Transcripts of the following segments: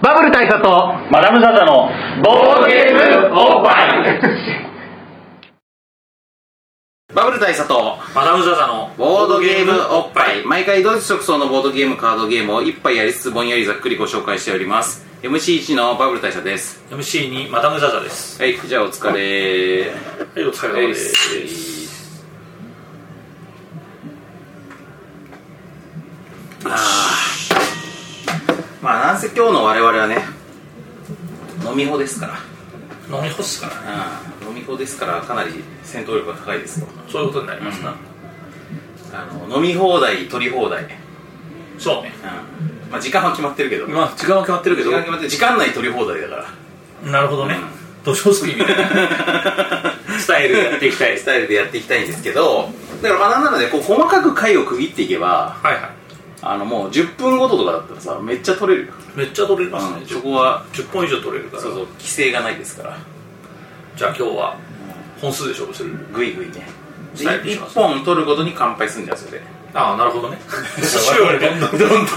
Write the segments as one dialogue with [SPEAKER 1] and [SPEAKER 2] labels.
[SPEAKER 1] バブル大佐と
[SPEAKER 2] マダムサザのボードゲームオーバ
[SPEAKER 3] バブル大佐と
[SPEAKER 4] マダムザザの
[SPEAKER 3] ボードゲームおっぱい毎回同時即走のボードゲームカードゲームを一杯やりつつぼんやりざっくりご紹介しております MC1 のバブル大佐です
[SPEAKER 4] MC にマダムザザです
[SPEAKER 3] はいじゃあお疲れ
[SPEAKER 4] はいお疲れ様です
[SPEAKER 3] あーまあなんせ今日の我々はね飲みほですから
[SPEAKER 4] 飲み干すからね
[SPEAKER 3] うん飲みほですからかなり戦闘力が高いですよ
[SPEAKER 4] そういうことになりますな、
[SPEAKER 3] あの飲み放題取り放題、うん
[SPEAKER 4] そうね
[SPEAKER 3] まあ、時間は決まってるけど
[SPEAKER 4] まあ時間は決まってるけ
[SPEAKER 3] 時間は決まってる時間内取り放題だから
[SPEAKER 4] なるほどね土壌すくいみたいな スタイルやっていきたいで
[SPEAKER 3] ス
[SPEAKER 4] す
[SPEAKER 3] タイル でやっていきたいんですけどだからまあなんなのでこう細かく回を区切っていけば
[SPEAKER 4] はいは
[SPEAKER 3] あのもう10分ごととかだったらさめっちゃ取れるよ、
[SPEAKER 4] いめっちゃ取れますね、
[SPEAKER 3] うんそこは
[SPEAKER 4] 10, 10本以上取れるから
[SPEAKER 3] そうそう規制がないですから
[SPEAKER 4] じゃあ今日は本数で勝負する
[SPEAKER 3] グイグイね
[SPEAKER 4] スタイルにし
[SPEAKER 3] 1
[SPEAKER 4] ます
[SPEAKER 3] 本取るごとに乾杯するんじゃんそれで
[SPEAKER 4] ああなる ほどね
[SPEAKER 3] どんどん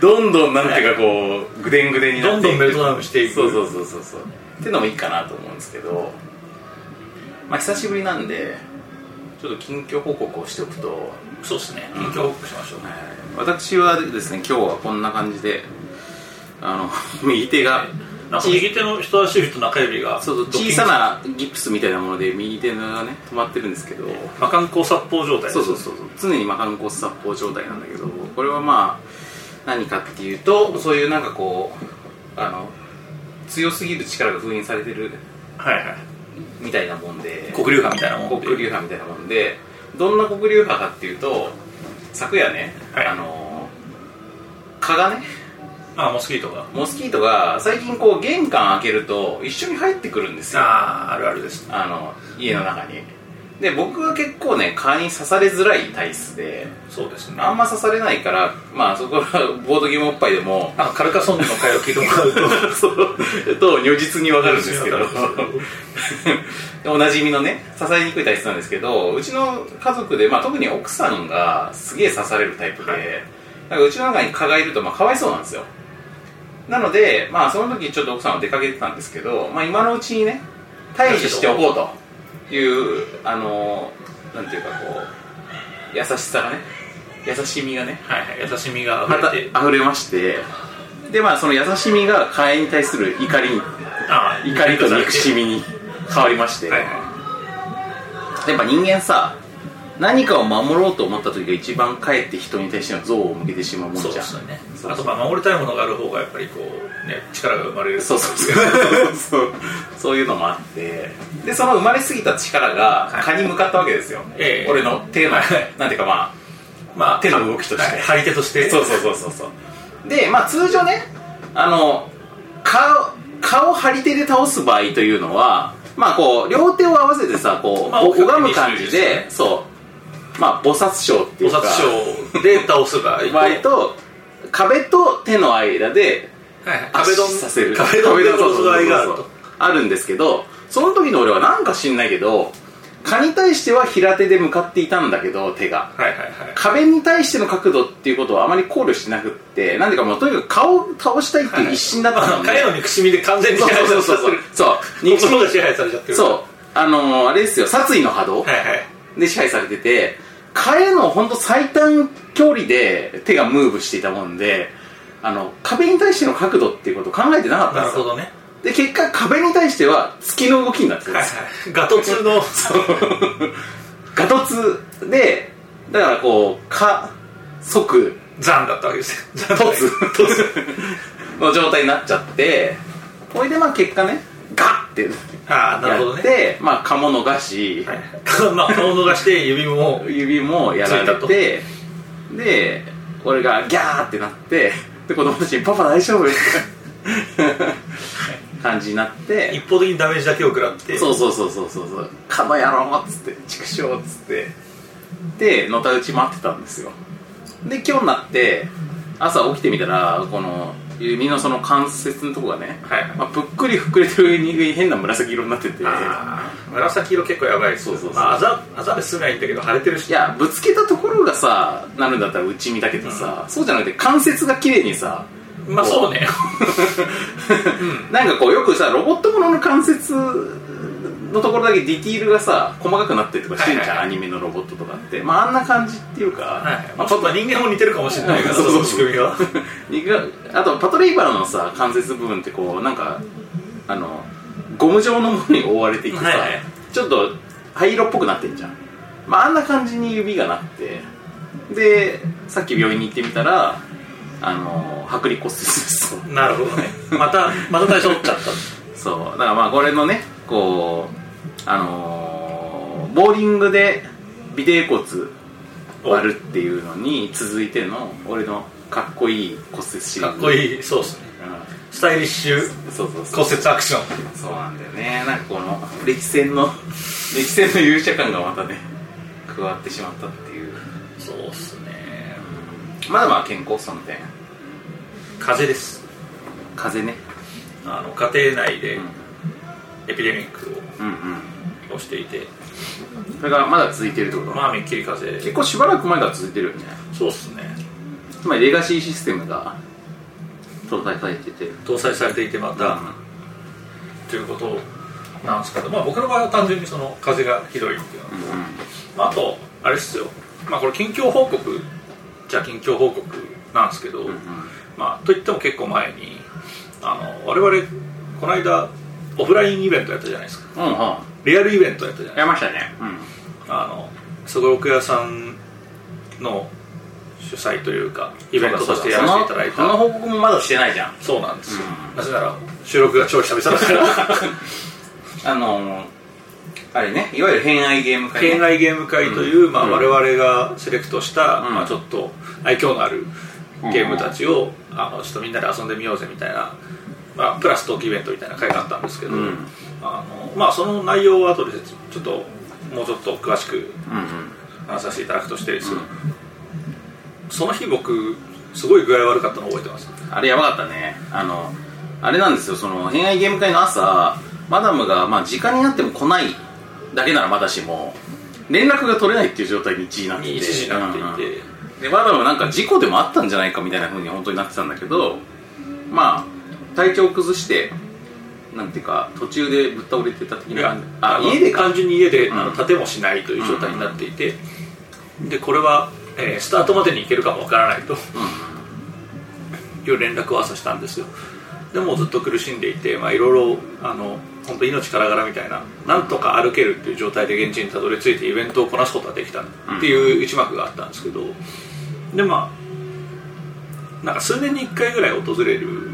[SPEAKER 3] どんどんなんていうかこうぐでんぐでんにな
[SPEAKER 4] ど
[SPEAKER 3] っ
[SPEAKER 4] ん
[SPEAKER 3] てい
[SPEAKER 4] ど
[SPEAKER 3] く
[SPEAKER 4] んメルトダウンしていく
[SPEAKER 3] そうそうそうそうそうっていうのもいいかなと思うんですけどまあ久しぶりなんでちょっと近況報告をしておくと
[SPEAKER 4] そうですね近況報告しましょう、
[SPEAKER 3] 私はですね今日はこんな感じであの 右手が
[SPEAKER 4] なんか右手の人差し指と中指が
[SPEAKER 3] そうそう
[SPEAKER 4] ドキン
[SPEAKER 3] 小さなギプスみたいなもので右手がね止まってるんですけど
[SPEAKER 4] 魔漢光殺法状態
[SPEAKER 3] そうそうそうそう常に魔漢骨殺法状態なんだけどこれはまあ何かっていうとそういうなんかこうあの強すぎる力が封印されてる
[SPEAKER 4] はいはい
[SPEAKER 3] みたいなもんで
[SPEAKER 4] 黒竜派みたいなもん
[SPEAKER 3] 黒流派みたいなもんでどんな黒流派かっていうと昨夜ね、
[SPEAKER 4] はい
[SPEAKER 3] あの蚊がね
[SPEAKER 4] ああモスキートが
[SPEAKER 3] モスキートが最近こう玄関開けると一緒に入ってくるんですよあ
[SPEAKER 4] あああるあるです
[SPEAKER 3] の家の中にで僕は結構ね蚊に刺されづらい体質で
[SPEAKER 4] そうですね
[SPEAKER 3] あんま刺されないからまあそこはボードゲームおっぱいでも
[SPEAKER 4] あのカルカソンヌの会を聞いてもらう と
[SPEAKER 3] そうと如実にわかるんですけど
[SPEAKER 4] 如実にわかる
[SPEAKER 3] おなじみのね刺されにくい体質なんですけどうちの家族で、まあ、特に奥さんがすげえ刺されるタイプで、
[SPEAKER 4] はい
[SPEAKER 3] だからうちの中に蚊がいると、まあ、かわいそうなんですよなのでまあその時ちょっと奥さんは出かけてたんですけど、まあ、今のうちにね退治しておこうというあのなんていうかこう優しさがね優しみがね
[SPEAKER 4] はいはい優しみが
[SPEAKER 3] また
[SPEAKER 4] 溢れて
[SPEAKER 3] 溢れましてでまあその優しみが火炎に対する怒りに
[SPEAKER 4] ああ
[SPEAKER 3] 怒りと憎しみに変わりまして、
[SPEAKER 4] はいは
[SPEAKER 3] やっぱ人間さ何かを守ろうと思った時が一番かえって人に対しての憎悪を向けてしまうも
[SPEAKER 4] い
[SPEAKER 3] んじ
[SPEAKER 4] そうで
[SPEAKER 3] ゃん
[SPEAKER 4] すよね
[SPEAKER 3] そう
[SPEAKER 4] あとまあ守りたいものがある方がやっぱりこうね力が生まれる
[SPEAKER 3] そうそうそうそうそういうのもあってでその生まれすぎた力が蚊に向かったわけですよ、
[SPEAKER 4] ええ
[SPEAKER 3] 俺の手の
[SPEAKER 4] はい
[SPEAKER 3] なんていうかま
[SPEAKER 4] まあ
[SPEAKER 3] 手の動きとして
[SPEAKER 4] はい張り手とし
[SPEAKER 3] あ
[SPEAKER 4] て
[SPEAKER 3] そうそうそうそうそうでまあ通常ねあの蚊蚊を張り手で倒す場合というのはまあこう両手を合わせてさこう、
[SPEAKER 4] まあ
[SPEAKER 3] こう拝む感じ
[SPEAKER 4] ですよ
[SPEAKER 3] で
[SPEAKER 4] ね
[SPEAKER 3] そうまあ菩薩章ってい
[SPEAKER 4] 菩
[SPEAKER 3] うか
[SPEAKER 4] 薩賞で倒す場合と
[SPEAKER 3] 場合と壁と手の間で
[SPEAKER 4] はいはい
[SPEAKER 3] 壁ド
[SPEAKER 4] 壁ド
[SPEAKER 3] ン
[SPEAKER 4] ン
[SPEAKER 3] させる
[SPEAKER 4] 壁ドンで倒す場合があ
[SPEAKER 3] そう
[SPEAKER 4] る
[SPEAKER 3] そうそう
[SPEAKER 4] と
[SPEAKER 3] あるんですけどその時の俺はなんか知んないけど蚊に対しては平手で向かっていたんだけど手が
[SPEAKER 4] はいはいはい
[SPEAKER 3] 壁に対しての角度っていうことはあまり考慮しなくってなんでかもうとにかく顔を倒したいっていう一心だった
[SPEAKER 4] あ
[SPEAKER 3] の
[SPEAKER 4] の
[SPEAKER 3] で、
[SPEAKER 4] 彼の憎しみで完全に支
[SPEAKER 3] そう
[SPEAKER 4] 配さ
[SPEAKER 3] そ
[SPEAKER 4] れ
[SPEAKER 3] う
[SPEAKER 4] ち
[SPEAKER 3] そ
[SPEAKER 4] ゃ
[SPEAKER 3] うそ
[SPEAKER 4] っ
[SPEAKER 3] う
[SPEAKER 4] てる
[SPEAKER 3] そうに
[SPEAKER 4] 心が支配されちゃってる
[SPEAKER 3] そうあのー、あれですよ殺意の波動
[SPEAKER 4] はいはい
[SPEAKER 3] で支配されてて蚊への本当最短距離で手がムーブしていたもんであの壁に対しての角度っていうことを考えてなかったん
[SPEAKER 4] な
[SPEAKER 3] で
[SPEAKER 4] る
[SPEAKER 3] す
[SPEAKER 4] ほ
[SPEAKER 3] よ
[SPEAKER 4] どね
[SPEAKER 3] で結果壁に対しては月の動きになってたん
[SPEAKER 4] は
[SPEAKER 3] で
[SPEAKER 4] い
[SPEAKER 3] すよ
[SPEAKER 4] はいガトツの
[SPEAKER 3] ガトツでだからこう蚊即
[SPEAKER 4] 残だったわけですよ
[SPEAKER 3] 突の状態になっちゃってこれでまあ結果ねガッて
[SPEAKER 4] ああなるほ
[SPEAKER 3] や
[SPEAKER 4] ど
[SPEAKER 3] っ
[SPEAKER 4] ね
[SPEAKER 3] て、まあ蚊も逃し、
[SPEAKER 4] はい、まあ顔を逃して指も
[SPEAKER 3] 指もやら
[SPEAKER 4] ついた
[SPEAKER 3] れ
[SPEAKER 4] と
[SPEAKER 3] てで俺がギャーってなってで子供たちに「パパ大丈夫?」って感じになって
[SPEAKER 4] 一方的にダメージだけを食らって
[SPEAKER 3] そうそうそうそうそうそう「蚊の野郎!」っつって「畜生!」っつってでのたうち待ってたんですよで今日になって朝起きてみたらこの指のその関節のとこがね、
[SPEAKER 4] はい
[SPEAKER 3] まあ、ぷっくり膨れてる上に変な紫色になってて
[SPEAKER 4] あー紫色結構やばい
[SPEAKER 3] そうそうそう
[SPEAKER 4] まあ、あざあざですないんだけど腫れてるし
[SPEAKER 3] いやぶつけたところがさなるんだったら内身だけどさ、そうじゃなくて関節が綺麗にさ
[SPEAKER 4] まあそうね
[SPEAKER 3] なんかこうよくさロボットものの関節のところだけディティールがさ細かくなってるとかしてんじゃん、
[SPEAKER 4] はいはいはい
[SPEAKER 3] アニメのロボットとかってまああんな感じっていうか、
[SPEAKER 4] はいま
[SPEAKER 3] ま
[SPEAKER 4] あ
[SPEAKER 3] あ
[SPEAKER 4] ちょっと人間も似てるかもしれないけど
[SPEAKER 3] そう
[SPEAKER 4] そ
[SPEAKER 3] そう
[SPEAKER 4] の仕組みは
[SPEAKER 3] 肉があとパトレイバーのさ関節部分ってこうなんかあのゴム状のものに覆われていてさ、
[SPEAKER 4] はいはい
[SPEAKER 3] ちょっと灰色っぽくなってんじゃん、まあ、あんな感じに指がなってでさっき病院に行ってみたらあの剥離骨折です
[SPEAKER 4] なるほどねまたまた対象取っちゃった
[SPEAKER 3] そうだからまあこれのねこうあのーボーリングで尾てい骨割るっていうのに続いての俺のかっこいい骨折シリー
[SPEAKER 4] か
[SPEAKER 3] ズ
[SPEAKER 4] っこいいそうっすね
[SPEAKER 3] う
[SPEAKER 4] スタイリッシュ
[SPEAKER 3] ん、そうそうそう
[SPEAKER 4] 骨折アクション
[SPEAKER 3] そうなんだよねなんかこの歴戦の歴戦の勇者感がまたね加わってしまったっていう
[SPEAKER 4] そうっすね
[SPEAKER 3] まだまあ健康その点
[SPEAKER 4] 風邪です
[SPEAKER 3] 風邪ね、
[SPEAKER 4] あの家庭内で
[SPEAKER 3] うん、
[SPEAKER 4] エピデミックを
[SPEAKER 3] うん
[SPEAKER 4] をしていて
[SPEAKER 3] うんそれがまだ続いてるってこと、
[SPEAKER 4] まあめっきり風邪
[SPEAKER 3] 結構しばらく前から続いてるよね
[SPEAKER 4] そうっすね
[SPEAKER 3] つまりレガシーシステムが淘汰されてて
[SPEAKER 4] 搭載されていてまた、
[SPEAKER 3] う
[SPEAKER 4] ということなんですけど、まあ、僕の場合は単純にその風がひどいっていうのと、
[SPEAKER 3] ん
[SPEAKER 4] まあ、あとあれですよ、まあ、これ近況報告じゃ近況報告なんですけど、まあ、といっても結構前にあの我々この間オフラインイベントやったじゃないですか
[SPEAKER 3] うんうんうん
[SPEAKER 4] リアルイベントやったじゃないで
[SPEAKER 3] やりましたねうん
[SPEAKER 4] すかあのすごろく屋さんの主催というかイベントとしてやらせていただいた
[SPEAKER 3] その報告もまだしてないじゃん
[SPEAKER 4] そうなんですよ、
[SPEAKER 3] う
[SPEAKER 4] なぜなら収録が超久々だから
[SPEAKER 3] あのーあれねいわゆる偏愛ゲーム会ね
[SPEAKER 4] 県外ゲーム会という、まあ、我々がセレクトした、
[SPEAKER 3] うん
[SPEAKER 4] まあ、ちょっと愛嬌のあるゲームたちを、あのちょっとみんなで遊んでみようぜみたいな、まあ、プラストークイベントみたいな会があったんですけど、
[SPEAKER 3] うん
[SPEAKER 4] あのまあ、その内容は後でちょっともうちょっと詳しく
[SPEAKER 3] うんうん
[SPEAKER 4] 話させていただくとしてですけど、その日僕すごい具合悪かったの覚えてます
[SPEAKER 3] あれやばかったねあのあれなんですよその恋愛ゲーム会の朝マダムがまあ時間になっても来ないだけならまだしも連絡が取れないっていう状態に一時なってて
[SPEAKER 4] 一時になっていて、
[SPEAKER 3] でマダムなんか事故でもあったんじゃないかみたいな風に本当になってたんだけどまあ体調を崩してなんていうか途中でぶっ倒れてた的
[SPEAKER 4] い
[SPEAKER 3] な
[SPEAKER 4] や
[SPEAKER 3] 感じ
[SPEAKER 4] あ
[SPEAKER 3] あ
[SPEAKER 4] の
[SPEAKER 3] 家でか
[SPEAKER 4] 単純に家で、
[SPEAKER 3] うん
[SPEAKER 4] あの立てもしないという状態になっていて、でこれは、えースタートまでに行けるかもわからないと、いう連絡を朝したんですよでもずっと苦しんでいてまあいろいろあの本当命からがらみたいななんとか歩けるっていう状態で現地にたどり着いてイベントをこなすことができたっていう一幕があったんですけどでまあなんか数年に1回ぐらい訪れる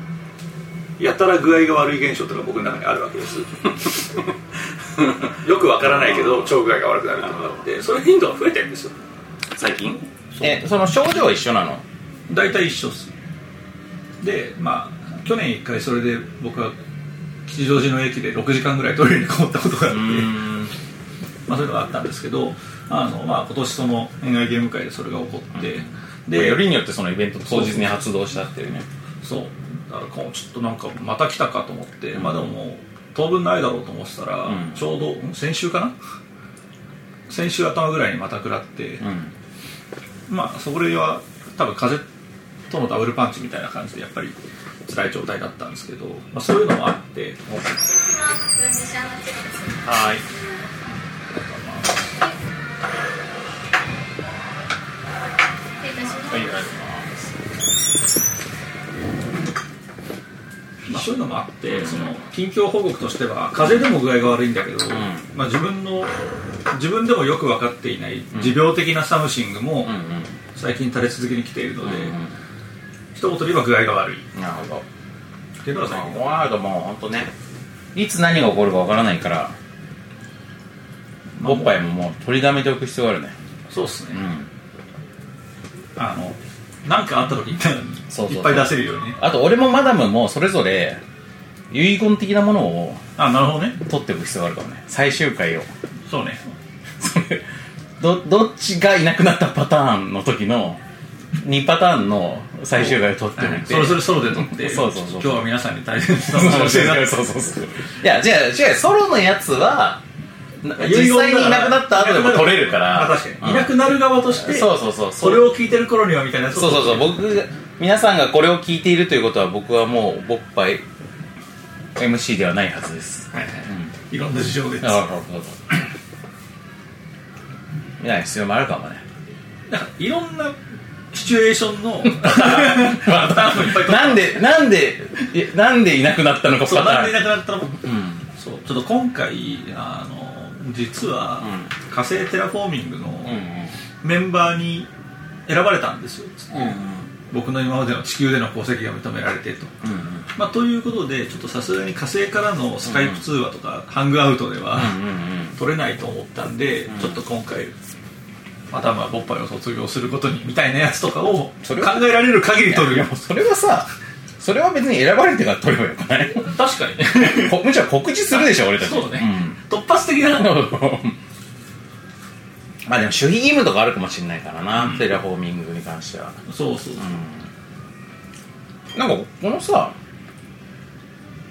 [SPEAKER 4] やたら具合が悪い現象というのが僕の中にあるわけですよくわからないけど超具合が悪くなるっていうのがあってそれ頻度が増えてるんですよ
[SPEAKER 3] 最近えその症状は一緒なの
[SPEAKER 4] 大体一緒っすでまあ去年一回それで僕は吉祥寺の駅で6時間ぐらいトイレにこもったことがあって
[SPEAKER 3] うん
[SPEAKER 4] まあ、そういうのがあったんですけどあの、まあ、今年その恋愛ゲーム会でそれが起こって、で
[SPEAKER 3] りによってそのイベント当日に発動したっていうね
[SPEAKER 4] そうだからこうちょっとなんかまた来たかと思って、まあでももう当分ないだろうと思ってたら、
[SPEAKER 3] ん
[SPEAKER 4] ちょうどうん先週かな先週頭ぐらいにまた食らって、
[SPEAKER 3] うん
[SPEAKER 4] まあそれは多分風邪とのダブルパンチみたいな感じでやっぱり辛い状態だったんですけど、まあ、そういうのもあってはいまあ、そういうのもあって、その近況報告としては風邪でも具合が悪いんだけど、まあ、自分の自分でもよく分かっていない持病的なサムシング
[SPEAKER 3] う
[SPEAKER 4] も
[SPEAKER 3] んうん
[SPEAKER 4] 最近垂れ続けに来ているので、
[SPEAKER 3] うん
[SPEAKER 4] 一言で言えば具合が悪い
[SPEAKER 3] うんなるほど
[SPEAKER 4] っていうのが最近
[SPEAKER 3] この間もう本当ねいつ何が起こるかわからないからおっぱいももう取りだめておく必要があるね
[SPEAKER 4] そうっす
[SPEAKER 3] う
[SPEAKER 4] ね、
[SPEAKER 3] ん
[SPEAKER 4] あのなんかあった時に
[SPEAKER 3] そうそうそう
[SPEAKER 4] いっぱい出せるようにね
[SPEAKER 3] あと俺もマダムもそれぞれ遺言的なものを
[SPEAKER 4] あなるほどね
[SPEAKER 3] 取っておく必要があるからね最終回を
[SPEAKER 4] そうね
[SPEAKER 3] それ どどっちがいなくなったパターンの時の2パターンの最終回を取っておいて、
[SPEAKER 4] はいそれぞれソロで撮って
[SPEAKER 3] そうそうそう
[SPEAKER 4] 今日は皆さんに大切な
[SPEAKER 3] そう
[SPEAKER 4] お知らせが
[SPEAKER 3] そうそうそういや違う違うソロのやつはな実際にいなくなった後でも取れるから
[SPEAKER 4] あ確かに、
[SPEAKER 3] うん
[SPEAKER 4] いなくなる側として
[SPEAKER 3] そうそうそう
[SPEAKER 4] それを聞いてる頃にはみたいな
[SPEAKER 3] そうそうそう僕皆さんがこれを聞いているということは僕はもうボッパイ MC ではないはずです
[SPEAKER 4] はいいろんな事情で
[SPEAKER 3] なるほど見 ない必要もあるかもね
[SPEAKER 4] なんかいろんなシチュエーショ ンのパターンをいっぱい取って
[SPEAKER 3] なんでなんでえなんでいなくなったのか
[SPEAKER 4] そう
[SPEAKER 3] パタ
[SPEAKER 4] なんでい
[SPEAKER 3] ーン
[SPEAKER 4] なくなったのか
[SPEAKER 3] うん
[SPEAKER 4] そうちょっと今回あの実は、火星テラフォーミングのメンバーに選ばれたんですよ、
[SPEAKER 3] うんうん
[SPEAKER 4] 僕の今までの地球での功績が認められてと、
[SPEAKER 3] うん
[SPEAKER 4] まあ、ということでちょっとさすがに火星からのスカイプ通話とか、ハングアウトでは、取れないと思ったんで、ちょっと今回またまあボッパイを卒業することにみたいなやつとかを考
[SPEAKER 3] それは
[SPEAKER 4] えられる限り取
[SPEAKER 3] い
[SPEAKER 4] る
[SPEAKER 3] や
[SPEAKER 4] よ
[SPEAKER 3] もうそれはさそれは別に選ばれてから取ればよくない
[SPEAKER 4] 確かにね
[SPEAKER 3] こむしろ告知するでしょ俺たち
[SPEAKER 4] そうね、突発的な
[SPEAKER 3] うん まあでも守秘義務とかあるかもしれないからな、テラフォーミングに関しては
[SPEAKER 4] そうそう、
[SPEAKER 3] なんかこのさ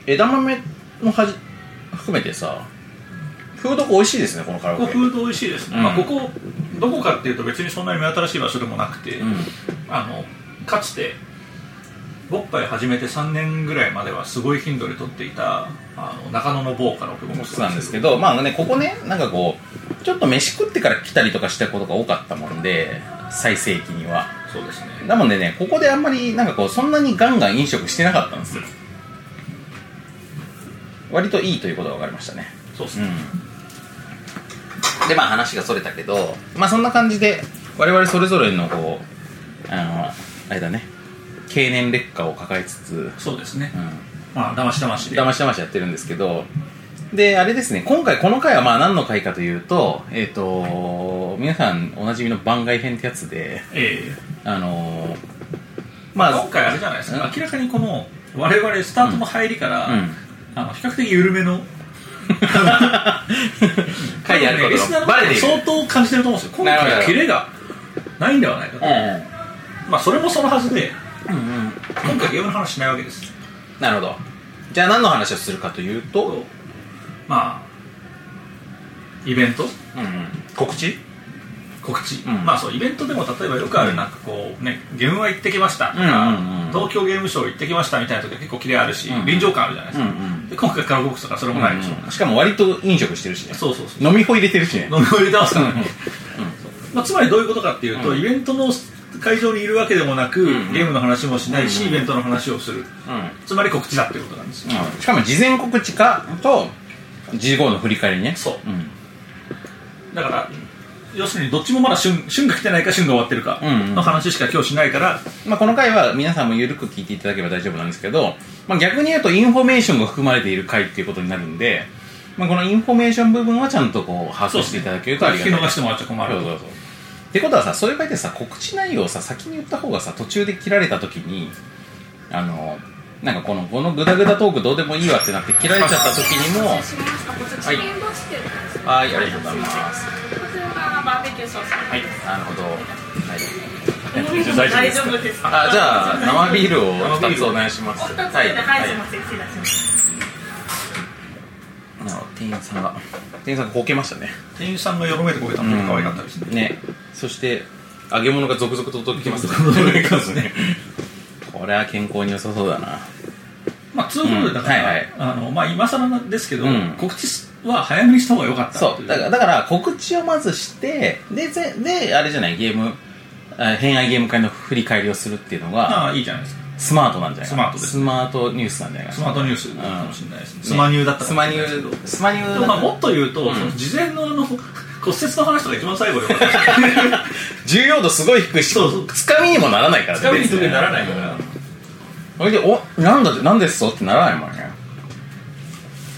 [SPEAKER 3] 枝豆もはじ含めてさフード美味しいですねこのカラオ
[SPEAKER 4] ここ
[SPEAKER 3] ケ
[SPEAKER 4] フード美味しいですね、
[SPEAKER 3] うん
[SPEAKER 4] まあ、ここどこかっていうと別にそんなに目新しい場所でもなくて、
[SPEAKER 3] うん
[SPEAKER 4] あのかつてボッパイ始めて3年ぐらいまではすごい頻度で撮っていたあの中野の某カラオケボックス
[SPEAKER 3] そうなんですけど、
[SPEAKER 4] ま
[SPEAKER 3] まあね、ここね、なんかこう、ちょっと飯食ってから来たりとかしたことが多かったもんで、最盛期には。
[SPEAKER 4] あ、そうですね
[SPEAKER 3] なのでね、ここであんまり、なんかこう、そんなにガンガン飲食してなかったんですよ。割といいということが分かりましたね。
[SPEAKER 4] そうです
[SPEAKER 3] う
[SPEAKER 4] ね、
[SPEAKER 3] ん。で、まあ話がそれたけど、まあそんな感じで、我々それぞれのこう、あの、あれだね、経年劣化を抱えつつ、
[SPEAKER 4] そうですね
[SPEAKER 3] う、ん。
[SPEAKER 4] まあ騙し騙しで
[SPEAKER 3] 騙し騙しやってるんですけど、で、あれですね、今回この回はまあ何の回かというと、えっ、と、皆さんおなじみの番外編ってやつで、
[SPEAKER 4] ええ
[SPEAKER 3] あのーま
[SPEAKER 4] まあ、
[SPEAKER 3] あ、
[SPEAKER 4] 今回あれじゃないですか、
[SPEAKER 3] うん
[SPEAKER 4] 明らかにこの我々スタートの入りから、
[SPEAKER 3] うん。
[SPEAKER 4] あの比較的緩めの
[SPEAKER 3] 回である
[SPEAKER 4] 多分ねリ
[SPEAKER 3] こ
[SPEAKER 4] スナー
[SPEAKER 3] とが
[SPEAKER 4] の方
[SPEAKER 3] バレ
[SPEAKER 4] も
[SPEAKER 3] ている。
[SPEAKER 4] 相当感じてると思うんですよ今
[SPEAKER 3] なるほ
[SPEAKER 4] 回
[SPEAKER 3] ど
[SPEAKER 4] キレがないんではないかと、まあそれもそのはずで
[SPEAKER 3] うんうん。うんうん。
[SPEAKER 4] 今回ゲームの話しないわけです
[SPEAKER 3] なるほど。じゃあ何の話をするかというと、
[SPEAKER 4] まあイベント
[SPEAKER 3] うんうん、告知
[SPEAKER 4] 告知、
[SPEAKER 3] うん
[SPEAKER 4] まあそうイベントでも例えばよくあるなんかこうねゲームは行ってきましたとか、
[SPEAKER 3] うんうんうん
[SPEAKER 4] 東京ゲームショウ行ってきましたみたいな時は結構キレあるし、
[SPEAKER 3] うん
[SPEAKER 4] 臨場感あるじゃないですか、
[SPEAKER 3] うんうん
[SPEAKER 4] で今回カラオケボックスとかそれもないでしょ、
[SPEAKER 3] うんうんしかも割と飲食してるしね。
[SPEAKER 4] そうそうそう
[SPEAKER 3] 飲みほ入れてるしね。
[SPEAKER 4] 飲み終えてますから
[SPEAKER 3] うんうん
[SPEAKER 4] ね、まあ、つまりどういうことかっていうと、
[SPEAKER 3] うん
[SPEAKER 4] イベントの会場にいるわけでもなく、
[SPEAKER 3] うんうん
[SPEAKER 4] ゲームの話もしないし、
[SPEAKER 3] うんうん
[SPEAKER 4] イベントの話をするつまり告知だっていうことなんですよ、
[SPEAKER 3] うん。しかも事前告知かと、事後の振り返りね。
[SPEAKER 4] そう
[SPEAKER 3] うん。
[SPEAKER 4] だから要するにどっちもまだ旬旬が来てないか旬が終わってるか
[SPEAKER 3] うんうん
[SPEAKER 4] の話しか今日しないから、
[SPEAKER 3] まあ、この回は皆さんも緩く聞いていただければ大丈夫なんですけど、まあ、逆に言うとインフォメーションが含まれている回っていうことになるんで、まあ、このインフォメーション部分はちゃんとこう把握していただけるとありがたい
[SPEAKER 4] 聞き逃してもらっちゃ困
[SPEAKER 3] そ
[SPEAKER 4] る
[SPEAKER 3] うそうそうってことはさそういう場合ってさ告知内容をさ先に言った方がさ途中で切られた時にあのなんかこのこのグダグダトークどうでもいいわってなって切られちゃった時にも
[SPEAKER 5] はい。
[SPEAKER 3] はいありがとうございます。
[SPEAKER 5] こちらがバーベキューソース。はい。
[SPEAKER 3] なるほど、はい、
[SPEAKER 5] 大丈夫です。
[SPEAKER 3] あじゃあ生ビールを
[SPEAKER 4] 生ビ
[SPEAKER 3] 2
[SPEAKER 4] ー
[SPEAKER 3] つ
[SPEAKER 4] ルを
[SPEAKER 3] お願いします
[SPEAKER 5] お二つ
[SPEAKER 3] はい
[SPEAKER 5] で高いします。失礼いたします。
[SPEAKER 3] なるほど店員さんが店員さんがこけましたね
[SPEAKER 4] 店員さんがよろめてこけたのが可愛かったですね、
[SPEAKER 3] ねそして揚げ物が続々と届きますね
[SPEAKER 4] 届きます ね
[SPEAKER 3] これは健康に良さそうだな
[SPEAKER 4] まあそういうことでだから、
[SPEAKER 3] うんはいはい
[SPEAKER 4] あのまあ今更なんですけど、
[SPEAKER 3] うん
[SPEAKER 4] 告知は早めにした方が良かったと
[SPEAKER 3] そ
[SPEAKER 4] いう
[SPEAKER 3] だからだから告知をまずしてでぜであれじゃないゲームあ偏愛ゲーム会の振り返りをするっていうのが
[SPEAKER 4] まあいいじゃないですか
[SPEAKER 3] スマートなんじゃないかな
[SPEAKER 4] スマートです
[SPEAKER 3] スマートニュースなんじゃないか
[SPEAKER 4] ス
[SPEAKER 3] な
[SPEAKER 4] マートニュースかもしれないですね、スマニューだったか
[SPEAKER 3] ス
[SPEAKER 4] も
[SPEAKER 3] マ
[SPEAKER 4] し
[SPEAKER 3] ニ
[SPEAKER 4] れ
[SPEAKER 3] ュ
[SPEAKER 4] ないですけど
[SPEAKER 3] ースマニュ
[SPEAKER 4] で
[SPEAKER 3] ー
[SPEAKER 4] もまあもっと言うと、
[SPEAKER 3] ん
[SPEAKER 4] その事前のあの骨折の話とか一番最 後で終わった
[SPEAKER 3] 重要度すごい低いし
[SPEAKER 4] そうそう
[SPEAKER 3] つかみにもならないからね
[SPEAKER 4] つかみに特にならないから、
[SPEAKER 3] それで「おなんだなんですそう?」ってならないもんね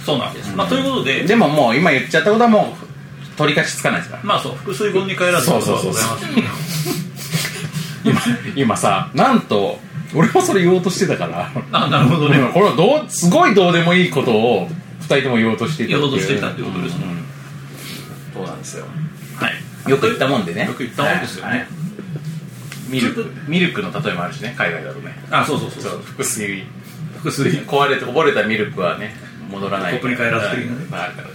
[SPEAKER 4] そうなんです、まあということで
[SPEAKER 3] でももう今言っちゃったことはもう取り返しつかないですから
[SPEAKER 4] まあそう複数本に帰らず
[SPEAKER 3] そうそうそう
[SPEAKER 4] ございます
[SPEAKER 3] 今今さなんと俺もそれ言おうとしてたから
[SPEAKER 4] あなるほどね、
[SPEAKER 3] うんこれはどうすごいどうでもいいことを2人とも言おうとしていた
[SPEAKER 4] 言おうとしていたっていうことですね
[SPEAKER 3] んそうなんですよ
[SPEAKER 4] はい
[SPEAKER 3] よく言ったもんでね
[SPEAKER 4] よく言ったもんですよね、
[SPEAKER 3] はいミルクミルクの例えもあるしね海外だとね
[SPEAKER 4] あそうそうそう
[SPEAKER 3] そう複数
[SPEAKER 4] 複 数
[SPEAKER 3] 壊れてこぼれたミルクはね戻らない
[SPEAKER 4] コップに帰らず的なね
[SPEAKER 3] まああるから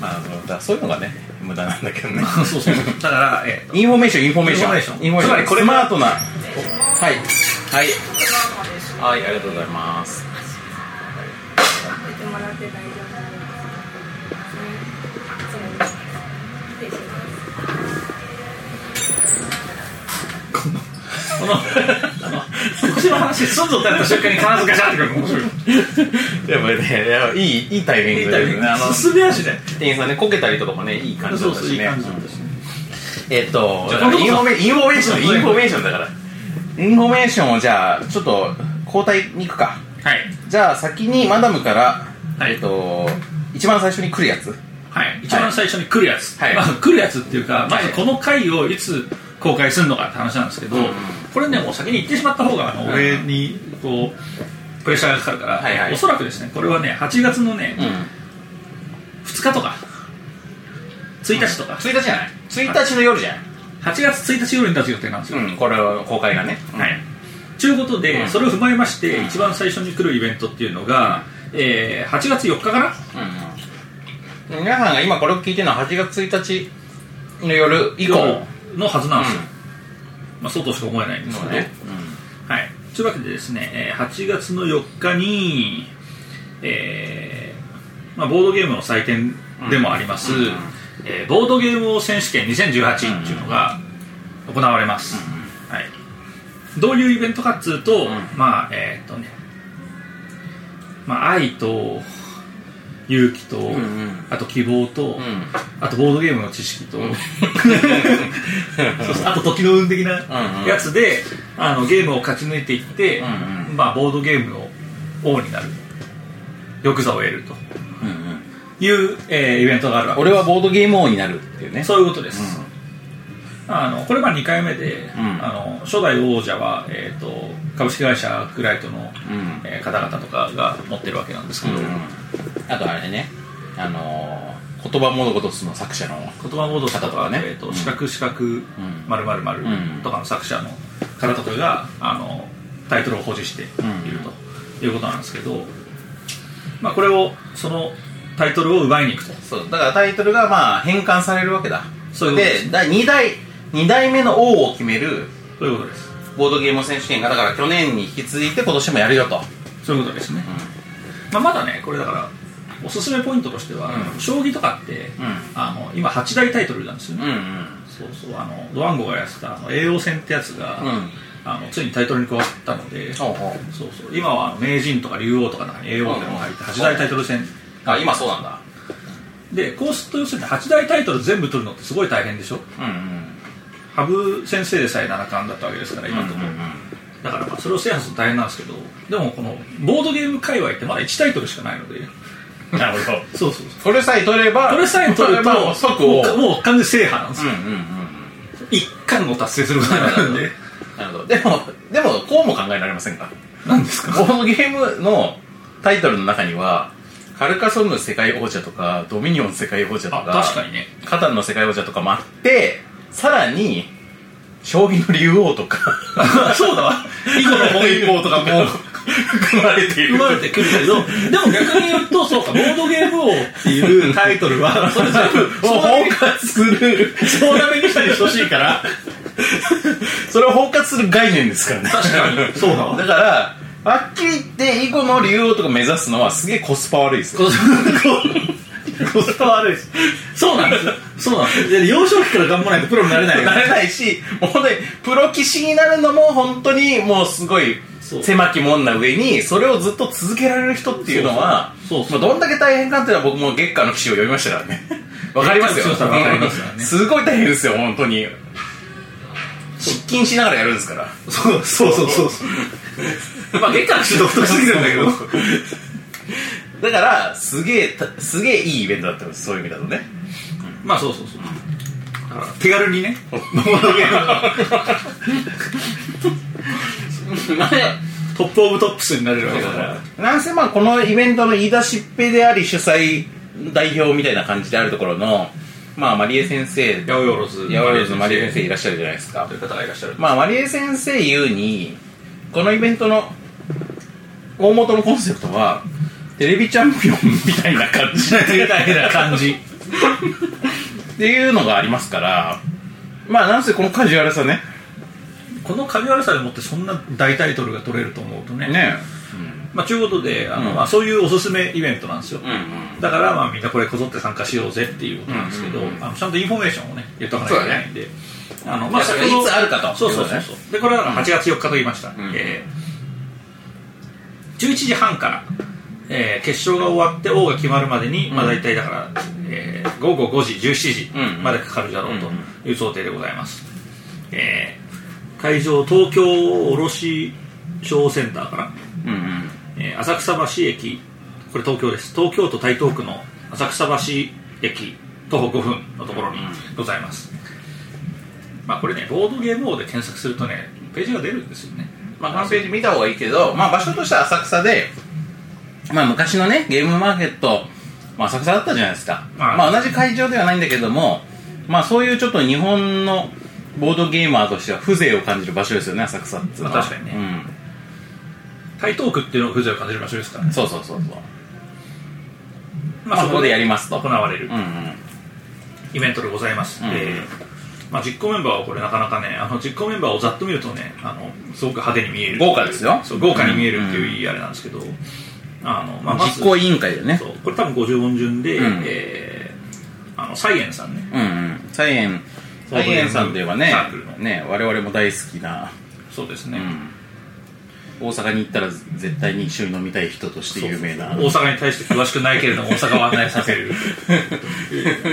[SPEAKER 3] まあだからそういうのがね無駄なんだけど ね
[SPEAKER 4] そうそうだから、えーと
[SPEAKER 3] インフォメーションインフォメーション
[SPEAKER 4] インフォメーションつまりこれ
[SPEAKER 3] スマ
[SPEAKER 4] が
[SPEAKER 3] ートなはいはい
[SPEAKER 5] お疲れ様です
[SPEAKER 3] はいありがとうござい ます
[SPEAKER 6] 置いてもらって大丈夫です。ね。そうです。
[SPEAKER 4] この、 あの、こっちの話、外を垂れた瞬間に必ずガシャってくるの面白い。
[SPEAKER 3] やっぱりねいやいいいいタイミングでね あの
[SPEAKER 4] 進め足で。
[SPEAKER 3] 店員さんねこけたりとかもねいい感じだったしね
[SPEAKER 4] ですね。
[SPEAKER 3] えっと
[SPEAKER 4] じゃあ
[SPEAKER 3] インフォメインフォメーシ ョンインフォメーションだからインフォメーションをじゃあちょっと交代に行くか
[SPEAKER 4] はい。
[SPEAKER 3] じゃあ先にマダムから、
[SPEAKER 4] はい
[SPEAKER 3] えっと一番最初に来るやつ
[SPEAKER 4] はい、一番最初に来るやつ、
[SPEAKER 3] はい
[SPEAKER 4] まあ、来るやつっていうか、ま
[SPEAKER 3] は
[SPEAKER 4] ず
[SPEAKER 3] い
[SPEAKER 4] この回をいつ公開するのかって話なんですけど、
[SPEAKER 3] うん
[SPEAKER 4] これね、もう先に言ってしまった方が、あの
[SPEAKER 3] はい
[SPEAKER 4] 上にこうプレッシャーがかかるから、
[SPEAKER 3] はいはい
[SPEAKER 4] おそらくですね、これはね、8月のね、2日とか、1日とか、
[SPEAKER 3] 1日じゃない1日の夜じゃ
[SPEAKER 4] 8月1日夜に出す予定なんですよ。
[SPEAKER 3] ない、うん、これは公開がね、
[SPEAKER 4] はい、ということで、
[SPEAKER 3] うん
[SPEAKER 4] それを踏まえまして、
[SPEAKER 3] うん
[SPEAKER 4] 一番最初に来るイベントっていうのが、えー8月4日かな、
[SPEAKER 3] うん皆さんが今これを聞いてるのは8月1日の夜以降
[SPEAKER 4] のはずなんですよ、まあ、そうとしか思えないんですけ
[SPEAKER 3] の
[SPEAKER 4] ど、
[SPEAKER 3] ね、
[SPEAKER 4] はい、というわけでですね、えー8月の4日に、えーまあ、ボードゲームの祭典でもあります、
[SPEAKER 3] うん
[SPEAKER 4] えーボードゲーム王選手権2018っていうのが行われます、はい、どういうイベントかっつうと、
[SPEAKER 3] ん
[SPEAKER 4] まあえーっとね、まあ、愛と勇気と、
[SPEAKER 3] んうん
[SPEAKER 4] あと希望と、
[SPEAKER 3] うんうん
[SPEAKER 4] あとボードゲームの知識と、 そうそうあと時の運的な
[SPEAKER 3] うんうん
[SPEAKER 4] やつで、あのゲームを勝ち抜いていって、
[SPEAKER 3] うん
[SPEAKER 4] まあ、ボードゲームの王になる玉座を得ると
[SPEAKER 3] うんうん
[SPEAKER 4] いう、えーイベントがあるわけ
[SPEAKER 3] 俺はボードゲーム王になるっていうね
[SPEAKER 4] そういうことです、あのこれが2回目で、
[SPEAKER 3] ん
[SPEAKER 4] あの初代王者は、えー、と株式会社クライトの、
[SPEAKER 3] ん
[SPEAKER 4] えー方々とかが持ってるわけなんですけど、
[SPEAKER 3] あとあれねあのー言葉物事すの作者の
[SPEAKER 4] 言葉戻しとかね、
[SPEAKER 3] 方とかね
[SPEAKER 4] えー、
[SPEAKER 3] う
[SPEAKER 4] と
[SPEAKER 3] ん
[SPEAKER 4] 四角四角まるまるまる
[SPEAKER 3] うん
[SPEAKER 4] とかの作者の方とかがあのタイトルを保持しているということなんですけど、まあ、これをそのタイトルを奪いに行くと
[SPEAKER 3] そうだからタイトルがまあ変換されるわけだ
[SPEAKER 4] そういうことで
[SPEAKER 3] で第2代二代目の王を決める
[SPEAKER 4] そういうことです
[SPEAKER 3] ボードゲーム選手権がだから去年に引き続いて今年もやるよと
[SPEAKER 4] そういうことですね、まあ、まだねこれだからおすすめポイントとしては、
[SPEAKER 3] うん
[SPEAKER 4] 将棋とかって、
[SPEAKER 3] う
[SPEAKER 4] あの今8大タイトルなんですよね、
[SPEAKER 3] んうん
[SPEAKER 4] そうそうあのドワンゴがやってたあの叡王戦ってやつが、
[SPEAKER 3] うん
[SPEAKER 4] あのついにタイトルに加わったので、
[SPEAKER 3] ほうほう
[SPEAKER 4] そうそう今は名人とか竜王とかの中に叡王でも入って8大タイトル戦
[SPEAKER 3] あ今そうなんだ
[SPEAKER 4] でこうすると要するに8大タイトル全部取るのってすごい大変でしょ
[SPEAKER 3] うんうん
[SPEAKER 4] 羽生先生でさえ七冠だったわけですから今のところ、だからまあそれを制覇するの大変なんですけどでもこのボードゲーム界隈ってまだ1タイトルしかないので
[SPEAKER 3] なるほど
[SPEAKER 4] そうそう
[SPEAKER 3] それさえ取れば
[SPEAKER 4] それさえ取ればもう
[SPEAKER 3] 即王うん
[SPEAKER 4] もう完全制覇なんで
[SPEAKER 3] う
[SPEAKER 4] す
[SPEAKER 3] んう
[SPEAKER 4] よ、
[SPEAKER 3] ん
[SPEAKER 4] 一貫を達成することになるんで
[SPEAKER 3] なるほどでもでもこうも考えられませんか
[SPEAKER 4] 何ですか
[SPEAKER 3] このゲームのタイトルの中にはカルカソンヌ世界王者とかドミニオン世界王者とか
[SPEAKER 4] あ確かにね
[SPEAKER 3] カタンの世界王者とかもあってさらに将棋の竜王とか
[SPEAKER 4] そうだわ 囲碁の本因坊とか も
[SPEAKER 3] 含まれている
[SPEAKER 4] 生まれてくるけ ど、でも逆に言うと、そうか、ボードゲーム王っていうタイトルは、 それ全部、
[SPEAKER 3] を
[SPEAKER 4] そう
[SPEAKER 3] 包括する
[SPEAKER 4] そうなめにしたに等しいから、
[SPEAKER 3] それを包括する概念ですからね
[SPEAKER 4] 確かに、そうだわ。
[SPEAKER 3] だからはっきり言って囲碁の竜王とか目指すのはすげえコスパ悪いですよ
[SPEAKER 4] コスコスパ悪いです。そうなんですよ。そうなんですよ。で幼少期から頑張らないとプロになれないよ
[SPEAKER 3] なれないしもう本当にプロ棋士になるのも本当にもうすごい
[SPEAKER 4] そう
[SPEAKER 3] 狭き門な上にそれをずっと続けられる人っていうのは
[SPEAKER 4] そうそうそうそう
[SPEAKER 3] まあどんだけ大変かっていうのは僕も月下の棋士を読みましたからねわかりますよ
[SPEAKER 4] 月下の強さわかりますからね
[SPEAKER 3] うんすごい大変ですよ本当に失禁しながらやるんですから
[SPEAKER 4] そうそうそうそうそう。まあ、月下の人独特すぎるんだけど。
[SPEAKER 3] だからすげえたすげえいいイベントだったんですそういう意味だとね
[SPEAKER 4] まあ、そうそうそう。だから手軽にね、ボードゲームの トップオブトップスになれるわけだから。
[SPEAKER 3] なんせまあこのイベントの言い出しっぺであり主催代表みたいな感じであるところのまあマリエ先生
[SPEAKER 4] 八百万
[SPEAKER 3] ヤワヨーズのマリエ先生いらっしゃるじゃないですか
[SPEAKER 4] という方がいらっしゃる。
[SPEAKER 3] まあマリエ先生言うにこのイベントの大元のコンセプトはテレビチャンピオンみたいな感じ
[SPEAKER 4] みたいな感じ。
[SPEAKER 3] っていうのがありますからまあなんせこのカジュアルさね
[SPEAKER 4] ここのカジュアルさでもってそんな大タイトルが取れると思うとね
[SPEAKER 3] ね
[SPEAKER 4] まあ、ちゅうことであの、
[SPEAKER 3] うん
[SPEAKER 4] まあ、そういうおすすめイベントなんですよ、
[SPEAKER 2] うんうん
[SPEAKER 4] だから、まあ、みんなこれこぞって参加しようぜっていうことなんですけど、
[SPEAKER 2] うんうんうん
[SPEAKER 4] あのちゃんとインフォメーションをね言っとかなきゃいけないんで、あのま
[SPEAKER 3] いやそれいつあるかと
[SPEAKER 4] そうそうそうそうでこれはあの8月4日と言いました、
[SPEAKER 2] ん
[SPEAKER 4] えー11時半から、えー決勝が終わって王が決まるまでに、まあ、大体だから、えー午後5時17時までかかるだろうという想定でございます、えー会場東京卸商センターから、
[SPEAKER 2] うんうん
[SPEAKER 4] えー浅草橋駅これ東京です東京都台東区の浅草橋駅徒歩5分のところにございます、まあこれねボードゲーム王で検索するとねページが出るんですよね
[SPEAKER 2] まあ
[SPEAKER 3] ホームページ見た方がいいけど、まあ、場所としては浅草で、まあ、昔のねゲームマーケット、まあ、浅草だったじゃないですか、
[SPEAKER 4] はい
[SPEAKER 3] まあ、同じ会場ではないんだけども、まあ、そういうちょっと日本のボードゲーマーとしては風情を感じる場所ですよね浅草っていうのは、
[SPEAKER 4] まあ確かにね台東区っていうのが風情を感じる場所ですから
[SPEAKER 3] うん、
[SPEAKER 4] ね、
[SPEAKER 3] そうそうそうそう
[SPEAKER 4] ま
[SPEAKER 3] まあここでやりますと
[SPEAKER 4] 行われる
[SPEAKER 3] うんうん
[SPEAKER 4] イベントでございます、
[SPEAKER 3] うん
[SPEAKER 4] えーまあ、実行メンバーはこれなかなかねあの実行メンバーをざっと見るとねあのすごく派手に見える
[SPEAKER 3] 豪華ですよ
[SPEAKER 4] そう豪華に見えるっていういいあれなんですけど、あのまあ、まず
[SPEAKER 3] 実行委員会でね
[SPEAKER 4] そうこれ多分50音順で、
[SPEAKER 3] うん
[SPEAKER 4] えーあのサイエンさんね
[SPEAKER 3] うんうんサイエンサイエンさんといえばね
[SPEAKER 4] サークルの
[SPEAKER 3] ね我々も大好きな、
[SPEAKER 4] そうですね、
[SPEAKER 3] うん、大阪に行ったら絶対に一緒に飲みたい人として有名な
[SPEAKER 4] 大阪に対して詳しくないけれども大阪を案内させ る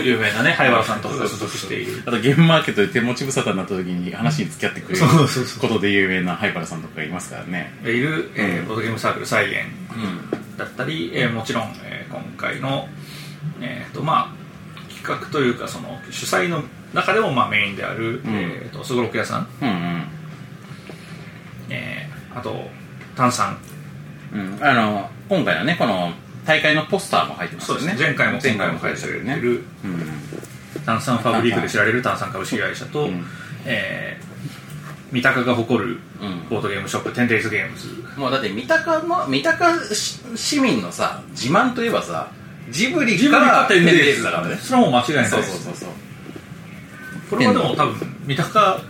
[SPEAKER 4] 有名なね灰原さんとかが所属している
[SPEAKER 3] あとゲームマーケットで手持ち無沙汰になった時に話に付き合ってくれる
[SPEAKER 4] そうそうそ
[SPEAKER 3] ことで有名な灰原さんとかがいますからね
[SPEAKER 4] いる、えーボードゲームサークルサイエン
[SPEAKER 3] う
[SPEAKER 4] だったり、えーもちろん、えー今回の、えーとまあ、企画というかその主催の中でも、まあ、メインであ
[SPEAKER 3] ん
[SPEAKER 4] るえーとすごろく屋さん、
[SPEAKER 3] んうん
[SPEAKER 4] えーあと炭酸
[SPEAKER 3] うん、あの今回はねこの大会のポスターも入ってますよね
[SPEAKER 4] 前回も
[SPEAKER 3] 前回も
[SPEAKER 4] 書
[SPEAKER 3] 書
[SPEAKER 4] い
[SPEAKER 3] い
[SPEAKER 4] て
[SPEAKER 3] て
[SPEAKER 4] く
[SPEAKER 3] く
[SPEAKER 4] れ
[SPEAKER 3] れ
[SPEAKER 4] て
[SPEAKER 3] て
[SPEAKER 4] る
[SPEAKER 3] るうん
[SPEAKER 4] 炭酸ファブリックで知られる炭酸株式会社と、
[SPEAKER 3] ん
[SPEAKER 4] えー三鷹が誇る
[SPEAKER 3] うん
[SPEAKER 4] ボードゲームショップ、テンデイズゲームズ
[SPEAKER 3] もうだって三鷹の三鷹市市民のさ自慢といえばさジブリから
[SPEAKER 4] テンデイズ
[SPEAKER 3] テンデイズだからね
[SPEAKER 4] それはもう間違いないです
[SPEAKER 3] そうそうそうそう
[SPEAKER 4] これはでも多分三鷹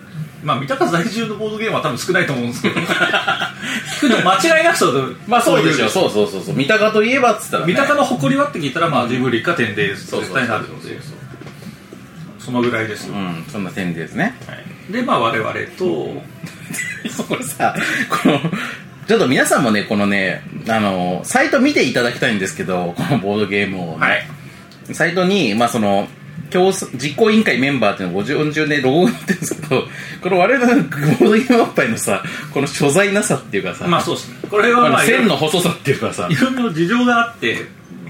[SPEAKER 4] まあ三鷹在住のボードゲームは多分少ないと思うんですけど 聞くと間違いなくそう
[SPEAKER 3] まあそうでしょ
[SPEAKER 4] す
[SPEAKER 3] そうそうそうそう三鷹といえばっつったら、ね、
[SPEAKER 4] 三鷹の誇りはって聞いたら、まあ、ジブリかテンデイ
[SPEAKER 3] そう
[SPEAKER 4] ズ
[SPEAKER 3] そう
[SPEAKER 4] 絶対になるのでそのぐらいですよ、
[SPEAKER 3] うんそんな点ですね
[SPEAKER 4] はいでまあ我々と
[SPEAKER 3] そう これさ、この、ちょっと皆さんもね、このね、あの、サイト見ていただきたいんですけど、このボードゲームをね、
[SPEAKER 4] はい
[SPEAKER 3] サイトに、まあその、共産実行委員会メンバーっていうのが50音順でロゴが載ってるんですけど、この我々のボードゲームおっぱいのさ、この所在なさっていうかさ、
[SPEAKER 4] まあそうですねこれ
[SPEAKER 3] こ
[SPEAKER 4] は
[SPEAKER 3] の
[SPEAKER 4] まあいろい
[SPEAKER 3] 線
[SPEAKER 4] ろ
[SPEAKER 3] の細さっていうかさ
[SPEAKER 4] い、ろいろ事情があって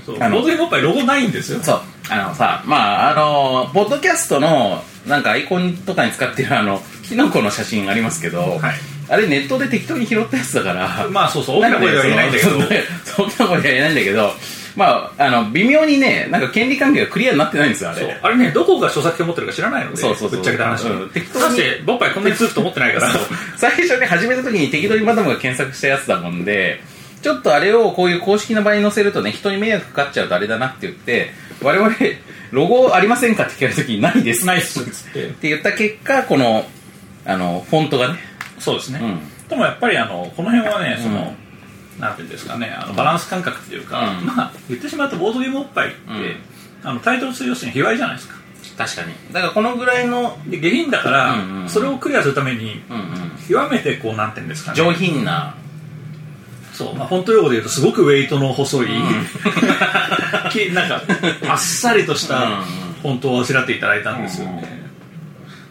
[SPEAKER 4] そうボ
[SPEAKER 3] あ
[SPEAKER 4] ー
[SPEAKER 3] の
[SPEAKER 4] ドゲームおっぱいロゴないんですよ
[SPEAKER 3] そう、あのさ、まああの、ポッドキャストの、なんかアイコンとかに使ってるあの、キノコの写真ありますけど、
[SPEAKER 4] はい
[SPEAKER 3] あれネットで適当に拾ったやつだから、
[SPEAKER 4] まあそうそう大きな声では言えないんだけど
[SPEAKER 3] なんかねそのそんなことは言えないんだけど、まあ、あの、微妙にね、なんか権利関係がクリアになってないんですよ、あ
[SPEAKER 4] そう
[SPEAKER 3] れ。
[SPEAKER 4] あれねどこが著作権持ってるか知らないので
[SPEAKER 3] そうそうそう
[SPEAKER 4] ぶっちゃけた話、
[SPEAKER 3] うん適当に
[SPEAKER 4] だってボッパイこんなに強くと思ってないから
[SPEAKER 3] 最初に始めた時に適当にマダムが検索したやつだもんで、ちょっとあれをこういう公式の場に載せるとね、人に迷惑かかっちゃうとあれだなって言って、我々、ロゴありませんかって聞かれた時に、ないです。
[SPEAKER 4] ナイスっつって
[SPEAKER 3] って言った結果、この、あの、フォントがね、
[SPEAKER 4] そうですね、
[SPEAKER 3] う
[SPEAKER 4] でもやっぱりあのこの辺はねその、
[SPEAKER 3] う
[SPEAKER 4] なんていうんですかねあのバランス感覚っていうか、
[SPEAKER 3] うん
[SPEAKER 4] まあ言ってしまうとボードゲームおっぱいって、あのタイトル数要するに卑猥じゃないですか
[SPEAKER 3] 確かに。だからこのぐらいの、
[SPEAKER 4] で下品だから、
[SPEAKER 3] うんうんうん
[SPEAKER 4] それをクリアするために
[SPEAKER 3] うんうん、
[SPEAKER 4] 極めてこうなんていうんですかね
[SPEAKER 3] 上品な、
[SPEAKER 4] そう、まあ、本当用語で言うとすごくウェイトの細い、 きなんかあっさりとし
[SPEAKER 3] うんうん
[SPEAKER 4] た本当をあしらっていただいたんですよね、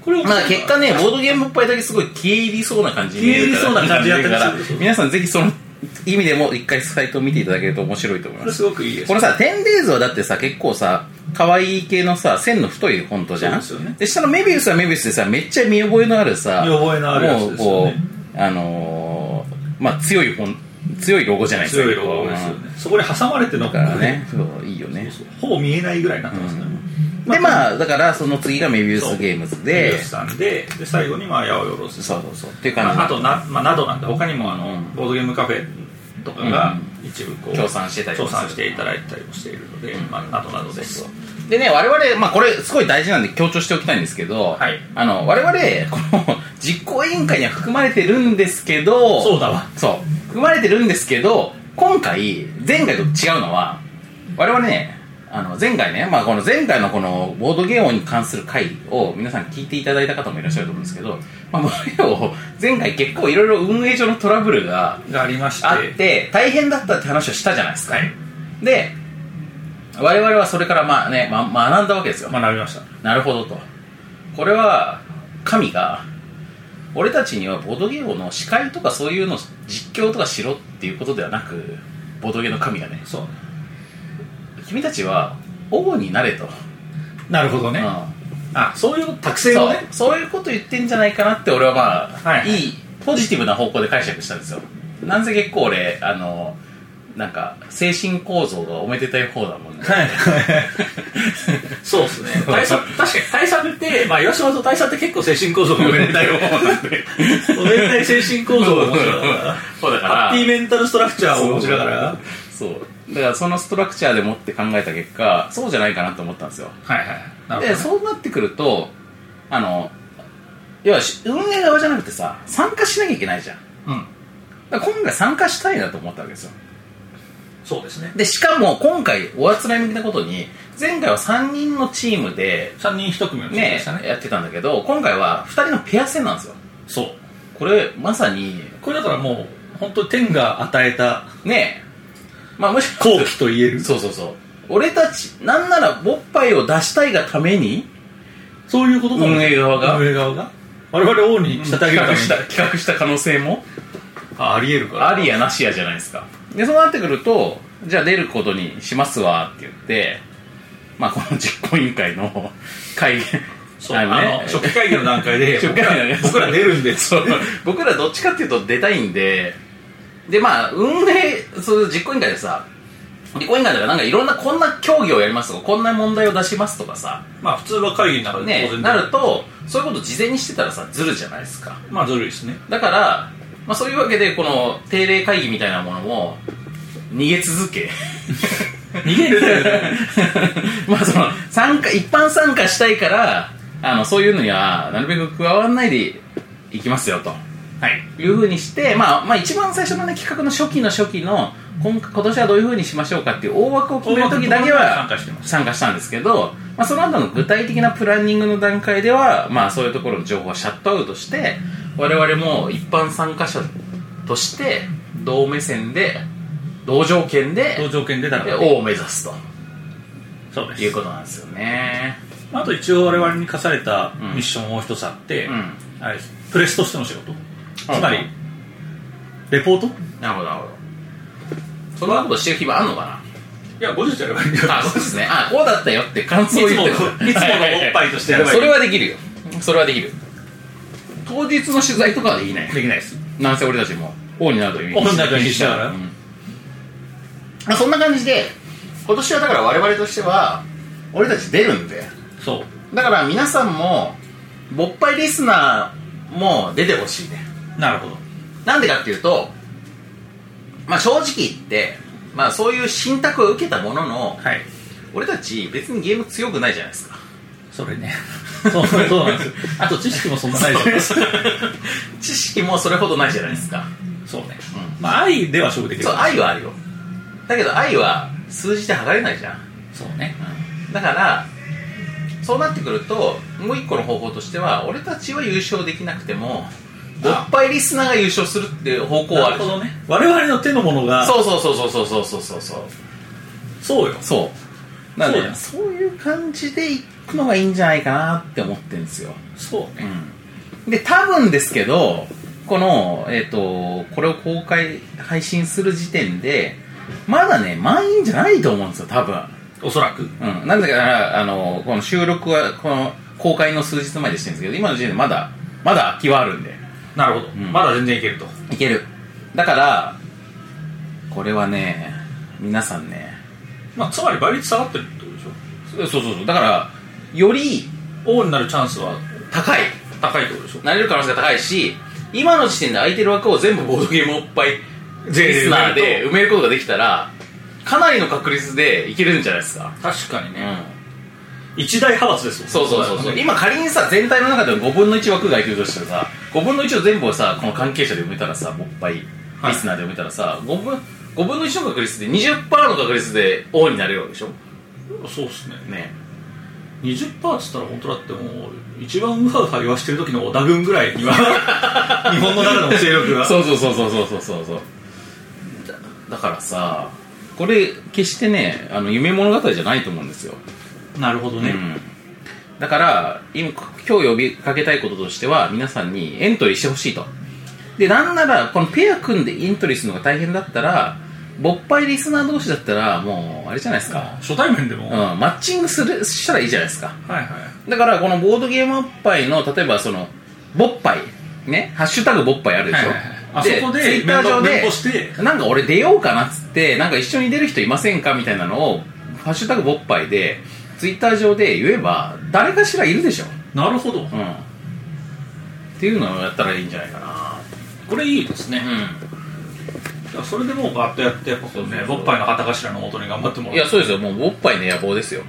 [SPEAKER 4] これを
[SPEAKER 3] まあ結果ね、ボードゲームいっぱいだけすごい消え入りそうな感じに見えるから
[SPEAKER 4] 消え入りそうな感じやったり
[SPEAKER 3] から
[SPEAKER 4] する、
[SPEAKER 3] 皆さんぜひその意味でも一回サイトを見ていただけると面白いと思い
[SPEAKER 4] こ
[SPEAKER 3] ま
[SPEAKER 4] れ
[SPEAKER 3] す。
[SPEAKER 4] すごくいいです
[SPEAKER 3] このさ、テンデイズはだってさ、結構さ、可愛い系のさ、線の太いフォントじゃん
[SPEAKER 4] そうですよね
[SPEAKER 3] 下のメビウスはメビウスでさ、めっちゃ見覚えのあるさ、
[SPEAKER 4] 見覚えのあるやつですよ
[SPEAKER 3] も
[SPEAKER 4] ね
[SPEAKER 3] うこう、あのー、まあ強いフォン、強いロゴじゃないですか。
[SPEAKER 4] 強いロゴですよ
[SPEAKER 3] うん
[SPEAKER 4] ねそこに挟まれてるの
[SPEAKER 3] だからね、そういいよね。
[SPEAKER 4] ほぼ見えないぐらいになってますね、
[SPEAKER 3] で、まあ、だからその次がメビウスゲームズ
[SPEAKER 4] で
[SPEAKER 3] で、
[SPEAKER 4] さんでで最後にまあ八百万です
[SPEAKER 3] そうそうそう、っていう感じ
[SPEAKER 4] ああとな、まあ、などなんで他にもあの、
[SPEAKER 3] うん
[SPEAKER 4] ボードゲームカフェとかが、
[SPEAKER 3] うん
[SPEAKER 4] 一部こう
[SPEAKER 3] 協賛してたりも
[SPEAKER 4] 協
[SPEAKER 3] する
[SPEAKER 4] 賛していただいたりもしているので、まあ、などなどです
[SPEAKER 3] でね、我々、まあこれすごい大事なんで強調しておきたいんですけど、
[SPEAKER 4] はい
[SPEAKER 3] あの、我々、この実行委員会には含まれてるんですけど、
[SPEAKER 4] そうだわ
[SPEAKER 3] そう。含まれてるんですけど、今回、前回と違うのは、我々ね、あの、前回ね、まあこの前回のこのボードゲームに関する回を皆さん聞いていただいた方もいらっしゃると思うんですけど、まあもれを前回結構いろいろ運営上のトラブルが
[SPEAKER 4] がありまして
[SPEAKER 3] あって、大変だったって話をしたじゃないですか。で、我々はそれからまあね、ま、学んだわけですよ。
[SPEAKER 4] 学びました
[SPEAKER 3] なるほどと。これは、神が、俺たちにはボードゲームの司会とかそういうの実況とかしろっていうことではなく、ボードゲームの神がね、
[SPEAKER 4] そう
[SPEAKER 3] 君たちは、王になれと。
[SPEAKER 4] なるほどね、
[SPEAKER 3] うん
[SPEAKER 4] あそういう託成
[SPEAKER 3] そ
[SPEAKER 4] を
[SPEAKER 3] う
[SPEAKER 4] ね
[SPEAKER 3] そういうこと言ってんじゃないかなって俺はまあ、
[SPEAKER 4] はい
[SPEAKER 3] い、いポジティブな方向で解釈したんですよなんせ結構俺あのなんか精神構造がおめでたい方だ もんね
[SPEAKER 4] はい そうですね大佐確かに大佐って、まあ、岩島と大佐って結構精神構造がおめでたい方なんでおめでたい精神構造が面白いから
[SPEAKER 3] そうだか
[SPEAKER 4] ハ
[SPEAKER 3] ら
[SPEAKER 4] ッピーメンタルストラクチャーを面白いからはい
[SPEAKER 3] そうだからそのストラクチャーでもって考えた結果そうじゃないかなと思ったんですよ
[SPEAKER 4] はいなるほどね
[SPEAKER 3] でそうなってくるとあの要はし運営側じゃなくてさ参加しなきゃいけないじゃん
[SPEAKER 4] うん
[SPEAKER 3] だから今回参加したいなと思ったわけですよ
[SPEAKER 4] そうですね
[SPEAKER 3] でしかも今回おあつらい向きなことに前回は3人のチームで
[SPEAKER 4] 3人1組のチームで
[SPEAKER 3] ね
[SPEAKER 4] したね
[SPEAKER 3] やってたんだけど今回は2人のペア戦なんですよ
[SPEAKER 4] そう
[SPEAKER 3] これまさに
[SPEAKER 4] これだからもう本当に天が与えた
[SPEAKER 3] ねまあむしろ
[SPEAKER 4] 好機と言える
[SPEAKER 3] そうそうそう俺たちなんならボッパイを出したいがために
[SPEAKER 4] そういうことかも
[SPEAKER 3] 運営側が
[SPEAKER 4] 運営側が我々王に仕立て上げ
[SPEAKER 3] 企画
[SPEAKER 4] るために
[SPEAKER 3] した企画した可能性も
[SPEAKER 4] あありえるから
[SPEAKER 3] ありやなしやじゃないですかでそうなってくるとじゃあ出ることにしますわって言ってまあこの実行委員会 の会議
[SPEAKER 4] そうあの初期会議の段階で
[SPEAKER 3] 初期会議のね
[SPEAKER 4] 僕ら僕ら出るんで
[SPEAKER 3] そう僕らどっちかっていうと出たいんででまあ運営そう実行委員会でさ実行委員会とかなんかいろんなこんな競技をやりますとかこんな問題を出しますとかさ、
[SPEAKER 4] まあ普通は会議の中で当
[SPEAKER 3] ね
[SPEAKER 4] 然出、
[SPEAKER 3] なるとそういうこと事前にしてたらさずるじゃないですか
[SPEAKER 4] まあずるいですね
[SPEAKER 3] だから、まあ、そういうわけでこの定例会議みたいなものも逃げ続け
[SPEAKER 4] 逃げる
[SPEAKER 3] まあその参加一般参加したいからあのそういうのにはなるべく加わらないでいきますよと
[SPEAKER 4] はい
[SPEAKER 3] いうふうにして、まあ、まあ一番最初のね企画の初期の初期の今今年はどういうふうにしましょうかっていう大枠を決める時だけ
[SPEAKER 4] 参
[SPEAKER 3] は
[SPEAKER 4] 加してます
[SPEAKER 3] 参加したんですけど、まあ、その後の具体的なプランニングの段階では、まあ、そういうところの情報はシャットアウトして我々も一般参加者として同目線で同条件
[SPEAKER 4] 同
[SPEAKER 3] で
[SPEAKER 4] 条件でだか
[SPEAKER 3] で
[SPEAKER 4] ら
[SPEAKER 3] 王を目指すと
[SPEAKER 4] そうで
[SPEAKER 3] いうことなんですよね。
[SPEAKER 4] あと一応我々に課された
[SPEAKER 3] ん
[SPEAKER 4] ミッションもう一つあって、
[SPEAKER 3] うん
[SPEAKER 4] あれプレスとしての仕事
[SPEAKER 3] い
[SPEAKER 4] つまりレポートい
[SPEAKER 3] なるほどなるほどそんなことしてる暇あんのかな
[SPEAKER 4] や後日やればいいん だ
[SPEAKER 3] あ、そうですね。あ、こうだったよって感想を言ってくる
[SPEAKER 4] いつものいつものおっぱいとしてやればいい
[SPEAKER 3] それはできるよ。それはできる。当日の取材とかはできない。
[SPEAKER 4] できないです
[SPEAKER 3] なんせ俺たちも王になるという
[SPEAKER 4] 王になるという意味しながら
[SPEAKER 3] うんまあそんな感じで、今年はだから我々としては、俺たち出るんで。
[SPEAKER 4] そう
[SPEAKER 3] だから皆さんも、ぼっぱいリスナーも出てほしいね。
[SPEAKER 4] なるほど
[SPEAKER 3] なんでかっていうと、まあ正直言って、まあそういう信託を受けたものの、
[SPEAKER 4] はい
[SPEAKER 3] 俺たち別にゲーム強くないじゃないですか
[SPEAKER 4] そ れねそうそうなんですよあと知識もそんなないです
[SPEAKER 3] 知識もそれほどないじゃないですか
[SPEAKER 4] そうね、まあ愛では勝負できる
[SPEAKER 3] そう愛はあるよだけど愛は数字で測れないじゃん、
[SPEAKER 4] そうね
[SPEAKER 3] だからそうなってくるともう一個の方法としては俺たちは優勝できなくてもおっぱいリスナーが優勝するっていう方向はあ
[SPEAKER 4] な
[SPEAKER 3] る
[SPEAKER 4] るほどね我々の手のものが
[SPEAKER 3] そうそうそうそうそうそうそうそう
[SPEAKER 4] そうよ
[SPEAKER 3] そうなん
[SPEAKER 4] そう
[SPEAKER 3] で
[SPEAKER 4] だ
[SPEAKER 3] そういう感じでいくのがいいんじゃないかなって思ってるんですよ
[SPEAKER 4] そうね、
[SPEAKER 3] で多分ですけどこの、えっとこれを公開配信する時点でまだね満員じゃないと思うんですよ多分、
[SPEAKER 4] おそらく
[SPEAKER 3] うん、なんでかなあのこの収録はこの公開の数日前でしてるんですけど今の時点でまだまだ空きはあるんで
[SPEAKER 4] なるほど、
[SPEAKER 3] ん
[SPEAKER 4] まだ全然いけると
[SPEAKER 3] いけるだからこれはね皆さんね
[SPEAKER 4] まあつまり倍率下がってるってことでしょ
[SPEAKER 3] そうそうそうだからより
[SPEAKER 4] 王になるチャンスは
[SPEAKER 3] 高い
[SPEAKER 4] 高いってことでしょ
[SPEAKER 3] なれる可能性が高いし今の時点で空いてる枠を全部ボードゲームおっぱいリスナーで埋めることができたらかなりの確率でいけるんじゃないですか、
[SPEAKER 7] 確かにね、
[SPEAKER 4] 一大派閥ですもん
[SPEAKER 3] そうそうそうそう今仮にさ全体の中で5分の1枠がいるとしたらさ5分の1を全部をさこの関係者で埋めたらさもっぱいリ
[SPEAKER 4] はい
[SPEAKER 3] スナーで埋めたらさ5分 ,5 分の1の確率で20%の確率で王になれるわけでしょ
[SPEAKER 4] そうっすね
[SPEAKER 3] ね
[SPEAKER 4] 20%っつったら本当だってもう一番ウハウハ言わしてる時の織田軍ぐらい には日本の中の勢力が
[SPEAKER 3] そうそうそうそうそうそうそうそうだだからさこれ決してねあの夢物語じゃないと思うんですよ
[SPEAKER 4] なるほどね、
[SPEAKER 3] うんだから今今日呼びかけたいこととしては皆さんにエントリーしてほしいとでなんならこのペア組んでエントリーするのが大変だったら勃発リスナー同士だったらもうあれじゃないですか、
[SPEAKER 4] 初対面でも、
[SPEAKER 3] うん、
[SPEAKER 4] はい
[SPEAKER 3] マッチングするしたらいいじゃないですか
[SPEAKER 4] はい
[SPEAKER 3] だからこのボードゲームおっぱいの例えばその勃発ねハッシュタグ勃発あるでしょ、
[SPEAKER 4] はいはいあそこで
[SPEAKER 3] ツイッター上
[SPEAKER 4] メン
[SPEAKER 3] で
[SPEAKER 4] ボして
[SPEAKER 3] なんか俺出ようかなっつってなんか一緒に出る人いませんかみたいなのを「ハッシュタグぼっぱい」でツイッター上で言えば誰かしらいるでしょ
[SPEAKER 4] なるほ
[SPEAKER 3] う
[SPEAKER 4] ど
[SPEAKER 3] んっていうのをやったらいいんじゃないかな
[SPEAKER 4] これいいですね、それでもうバッとやってやっぱこうね
[SPEAKER 3] そうそう
[SPEAKER 4] ボッパイの旗頭の元に頑張ってもら
[SPEAKER 3] う
[SPEAKER 4] うん
[SPEAKER 3] いやそうですよもうぼっぱいの野望ですよ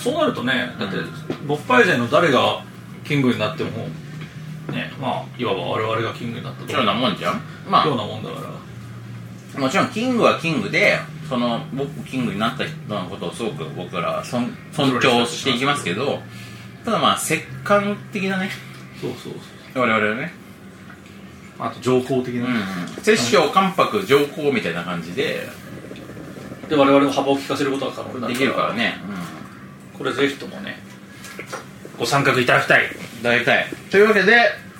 [SPEAKER 4] そうそうなるとねだって
[SPEAKER 3] う
[SPEAKER 4] 勃発勢の誰がキングになってもねまあいわば我々がキングになったと
[SPEAKER 3] そうなもんじゃんま
[SPEAKER 4] ようなもんだから
[SPEAKER 3] あもちろんキングはキングでその僕キングになった人のことをすごく僕らは尊尊重していきますけどただまあ折檻的なね
[SPEAKER 4] そうそうそう
[SPEAKER 3] 我々はね
[SPEAKER 4] あと情報的な、
[SPEAKER 3] うん摂政関白上皇みたいな感じで
[SPEAKER 4] で我々も幅を利かせることが可能にな
[SPEAKER 3] で
[SPEAKER 4] る
[SPEAKER 3] きるからね、
[SPEAKER 4] これぜひともねご参画いただきたい
[SPEAKER 3] 大体というわけで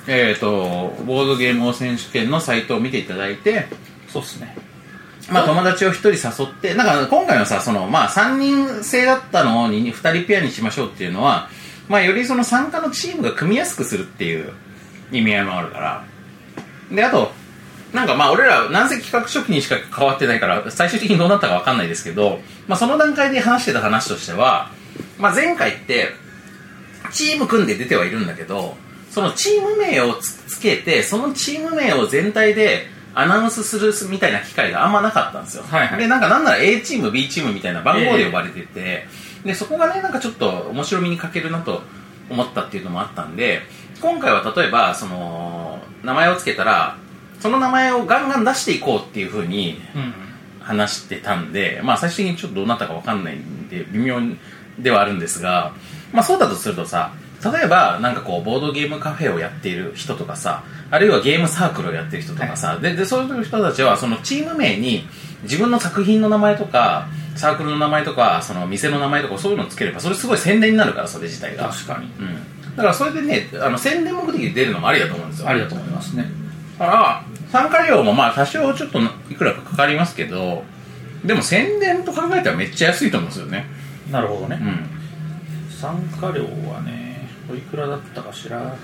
[SPEAKER 3] えっ、とボードゲーム王選手権のサイトを見ていただいて
[SPEAKER 4] そうっすね
[SPEAKER 3] まあ友達を1人誘ってなんか今回のさそのまあ3人制だったのに2人ペアにしましょうっていうのはまあよりその参加のチームが組みやすくするっていう意味合いもあるからであとなんかまあ俺らなんせ企画書期にしか変わってないから最終的にどうなったかわかんないですけど、まあ、その段階で話してた話としては、まあ、前回ってチーム組んで出てはいるんだけどそのチーム名をつつけてそのチーム名を全体でアナウンスするみたいな機会があんまなかったんですよ、
[SPEAKER 4] はいはい
[SPEAKER 3] でなんかなんなら A チーム B チームみたいな番号で呼ばれてて、でそこがねなんかちょっと面白みに欠けるなと思ったっていうのもあったんで今回は例えばその名前をつけたらその名前をガンガン出していこうっていう風に
[SPEAKER 4] うん
[SPEAKER 3] 話してたんで、まあ、最終的にちょっとどうなったかわかんないんで微妙ではあるんですが、まあ、そうだとするとさ例えばなんかこうボードゲームカフェをやっている人とかさあるいはゲームサークルをやってる人とかさ、ででそういう人たちはそのチーム名に自分の作品の名前とかサークルの名前とかその店の名前とかそういうのをつければそれすごい宣伝になるからそれ自体が、
[SPEAKER 4] 確かに
[SPEAKER 3] うん、だからそれでねあの宣伝目的で出るのもありだと思うんですよ
[SPEAKER 4] ありだと思いますね
[SPEAKER 3] だから参加料もまあ多少ちょっといくらかかかりますけどでも宣伝と考えたらめっちゃ安いと思うんですよね
[SPEAKER 4] なるほどね
[SPEAKER 3] うん
[SPEAKER 4] 参加料はねおいくらだったかしら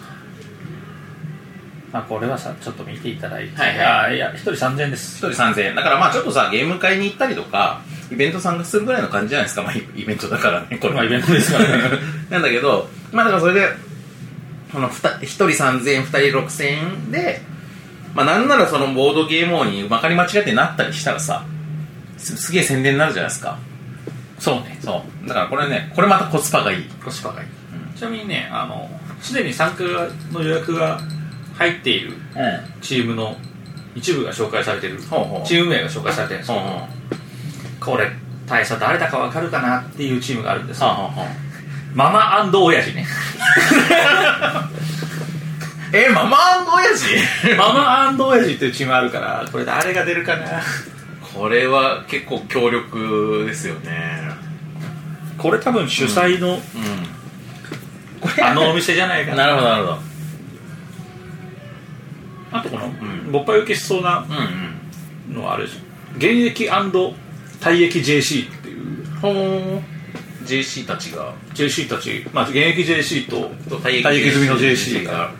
[SPEAKER 4] まあこれはさちょっと見ていただいて
[SPEAKER 3] はいはい
[SPEAKER 4] あいや一人3000円です
[SPEAKER 3] 1人3000円だからまあちょっとさゲーム会に行ったりとかイベント参加するぐらいの感じじゃないですかまあイイベントだからねこれ
[SPEAKER 4] まあイベン トですからね
[SPEAKER 3] なんだけどまあだからそれでこのふた1人3000円2人6000円でまあなんならそのボードゲーム王にまかり間違ってなったりしたらさすすげえ宣伝になるじゃないですか
[SPEAKER 4] そうね
[SPEAKER 3] そうだからこれねこれまたコスパがいい
[SPEAKER 4] コスパがいい、ちなみにねあのすでに参加の予約が入っている
[SPEAKER 3] うん
[SPEAKER 4] チームの一部が紹介されてる
[SPEAKER 3] ほうほう
[SPEAKER 4] チーム名が紹介されてるんです
[SPEAKER 3] ほう
[SPEAKER 4] よ
[SPEAKER 3] ほう
[SPEAKER 4] これ大佐誰だかわかるかなっていうチームがあるんですよ
[SPEAKER 3] はあはあはあ
[SPEAKER 4] ママ親 父ね
[SPEAKER 3] えママ親父
[SPEAKER 4] ママ親父っていうチームあるからこれ誰が出るかな
[SPEAKER 3] これは結構強力ですよね
[SPEAKER 4] これ多分主催の、
[SPEAKER 3] うん
[SPEAKER 4] あのお店じゃないか
[SPEAKER 3] な
[SPEAKER 4] な
[SPEAKER 3] るほどなるほど
[SPEAKER 4] あとこの、
[SPEAKER 3] ん
[SPEAKER 4] 勃発受けしそうな
[SPEAKER 3] うんうん
[SPEAKER 4] のはあるでしょ現役退役 JC っていう
[SPEAKER 3] ほー JC たちが
[SPEAKER 4] JC たち、まあ、現役 JC と
[SPEAKER 3] 退
[SPEAKER 4] 役済みの JC
[SPEAKER 3] が
[SPEAKER 4] が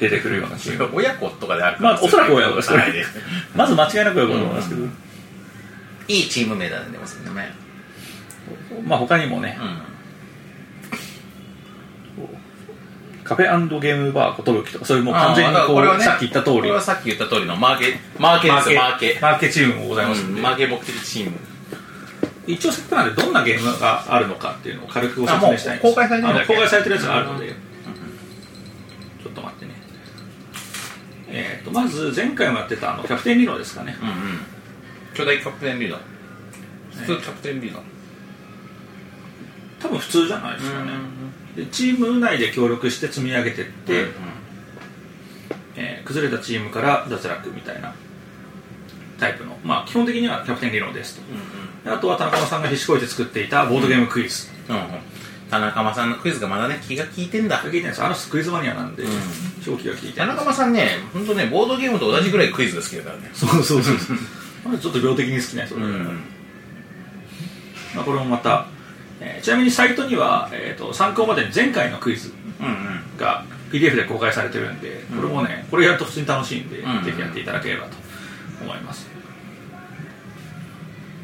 [SPEAKER 4] 出てくるようなチーム
[SPEAKER 3] 親子とかであるか
[SPEAKER 4] ま
[SPEAKER 3] ら
[SPEAKER 4] あおそらく親子です
[SPEAKER 3] はいね
[SPEAKER 4] まず間違いなくよく思いますけど、
[SPEAKER 3] いいチーム名だねでもそれね
[SPEAKER 4] まあ他にもね
[SPEAKER 3] うん
[SPEAKER 4] カフェゲームバーことぶきとかそういうもう完全に
[SPEAKER 3] あー
[SPEAKER 4] こ
[SPEAKER 3] だから
[SPEAKER 4] う
[SPEAKER 3] れはね
[SPEAKER 4] さっき言った通
[SPEAKER 3] こ
[SPEAKER 4] り
[SPEAKER 3] れはさっき言った通りのマーケマーケですマーケ
[SPEAKER 4] マーケチームもございますん
[SPEAKER 3] う
[SPEAKER 4] で、
[SPEAKER 3] んマーケ目的チーム
[SPEAKER 4] 一応せっかくなんでどんなゲームがあるのかっていうのを軽くご説明したいんです
[SPEAKER 3] あもう公開されてるんだ
[SPEAKER 4] あ
[SPEAKER 3] っ
[SPEAKER 4] の
[SPEAKER 3] け
[SPEAKER 4] 公開されてるやつがあるので、ちょっと待ってねえー、とまず前回もやってたあのキャプテンリノですかね
[SPEAKER 3] うんうん巨大キャプテンリーダー普通キャプテンリーダー
[SPEAKER 4] 多分普通じゃないですかね、でチーム内で協力して積み上げてって、
[SPEAKER 3] うんうん
[SPEAKER 4] えー崩れたチームから脱落みたいなタイプの、まあ、基本的にはキャプテン理論ですと、であとは田中さんが必死こいて作っていたボードゲームクイズ、
[SPEAKER 3] うんうん田中間さんのクイズがまだね気が利いてんだ
[SPEAKER 4] 聞いてないですあの人クイズマニアなんで、表記が聞いて
[SPEAKER 3] 田
[SPEAKER 4] ない
[SPEAKER 3] 中間さんね本当ねボードゲームと同じぐらいクイズが好きだからね
[SPEAKER 4] そうそうそうそうまだちょっと病的に好きな人だ
[SPEAKER 3] う
[SPEAKER 4] から、
[SPEAKER 3] ん
[SPEAKER 4] まあ、これもまた、えーちなみにサイトには、えー、と参考までに前回のクイズ
[SPEAKER 3] うん
[SPEAKER 4] が PDF で公開されてるんで、これもね、これやると普通に楽しいんで、
[SPEAKER 3] うん
[SPEAKER 4] ぜひやっていただければと思います。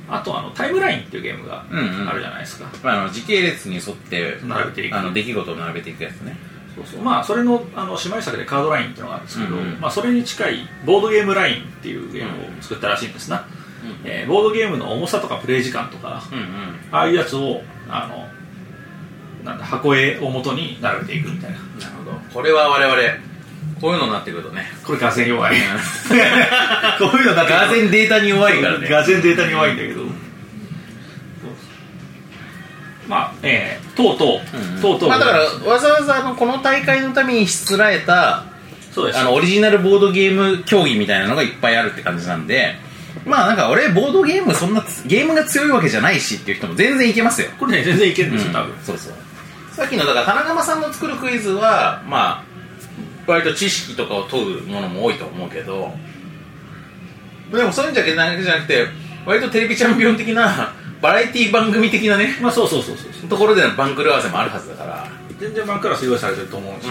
[SPEAKER 4] あとあの、タイムラインっていうゲームが
[SPEAKER 3] うんうん
[SPEAKER 4] あるじゃないですか。
[SPEAKER 3] まああの時系列に沿って
[SPEAKER 4] 並べていく
[SPEAKER 3] あの出来事を並べていくやつね
[SPEAKER 4] そうそうまあ、それのあの姉妹作でカードラインっていうのがあるんですけど、
[SPEAKER 3] うんうん
[SPEAKER 4] まあ、それに近いボードゲームラインっていうゲームを作ったらしいんですな、えーボードゲームの重さとかプレイ時間とか、
[SPEAKER 3] うんうん
[SPEAKER 4] ああいうやつをあのなんだ箱絵を元に並べていくみたいな
[SPEAKER 3] なるほどこれは我々こういうのになってくるとね
[SPEAKER 4] これがぜん弱い
[SPEAKER 3] こういう のだからがぜんデータに弱いからね
[SPEAKER 4] がぜんデータに弱いんだけど、まあえー、とうとう、とうとう、
[SPEAKER 3] まあ、だからわざわざあのこの大会のためにしつらえた
[SPEAKER 4] そうです
[SPEAKER 3] あのオリジナルボードゲーム競技みたいなのがいっぱいあるって感じなんでまあなんか俺ボードゲームそんなつゲームが強いわけじゃないしっていう人も全然いけますよ、
[SPEAKER 4] これね全然いけるんですよ、多分
[SPEAKER 3] そうそうさっきのだから田中間さんの作るクイズはまあ割と知識とかを問うものも多いと思うけどでもそういうんじゃけないじゃなくて割とテレビチャンピオン的なバラエティ番組的なね
[SPEAKER 4] まあそうそうそうそう
[SPEAKER 3] ところでの番狂わせもあるはずだから
[SPEAKER 4] 全然番クラス用意されてると思うし、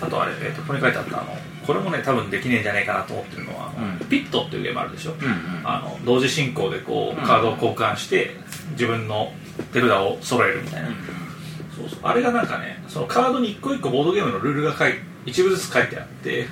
[SPEAKER 4] あとあれ、えー、とここに書いてあったあのこれもね多分できねえんじゃないかなと思ってるのは、あの
[SPEAKER 3] うん
[SPEAKER 4] ピットっていうゲームあるでしょ、
[SPEAKER 3] んうん
[SPEAKER 4] あの同時進行でこう
[SPEAKER 3] うん
[SPEAKER 4] カードを交換して自分の手札を揃えるみたいな、そうそうあれがなんかねそのカードに一個一個ボードゲームのルールが書い一部ずつ書いてあって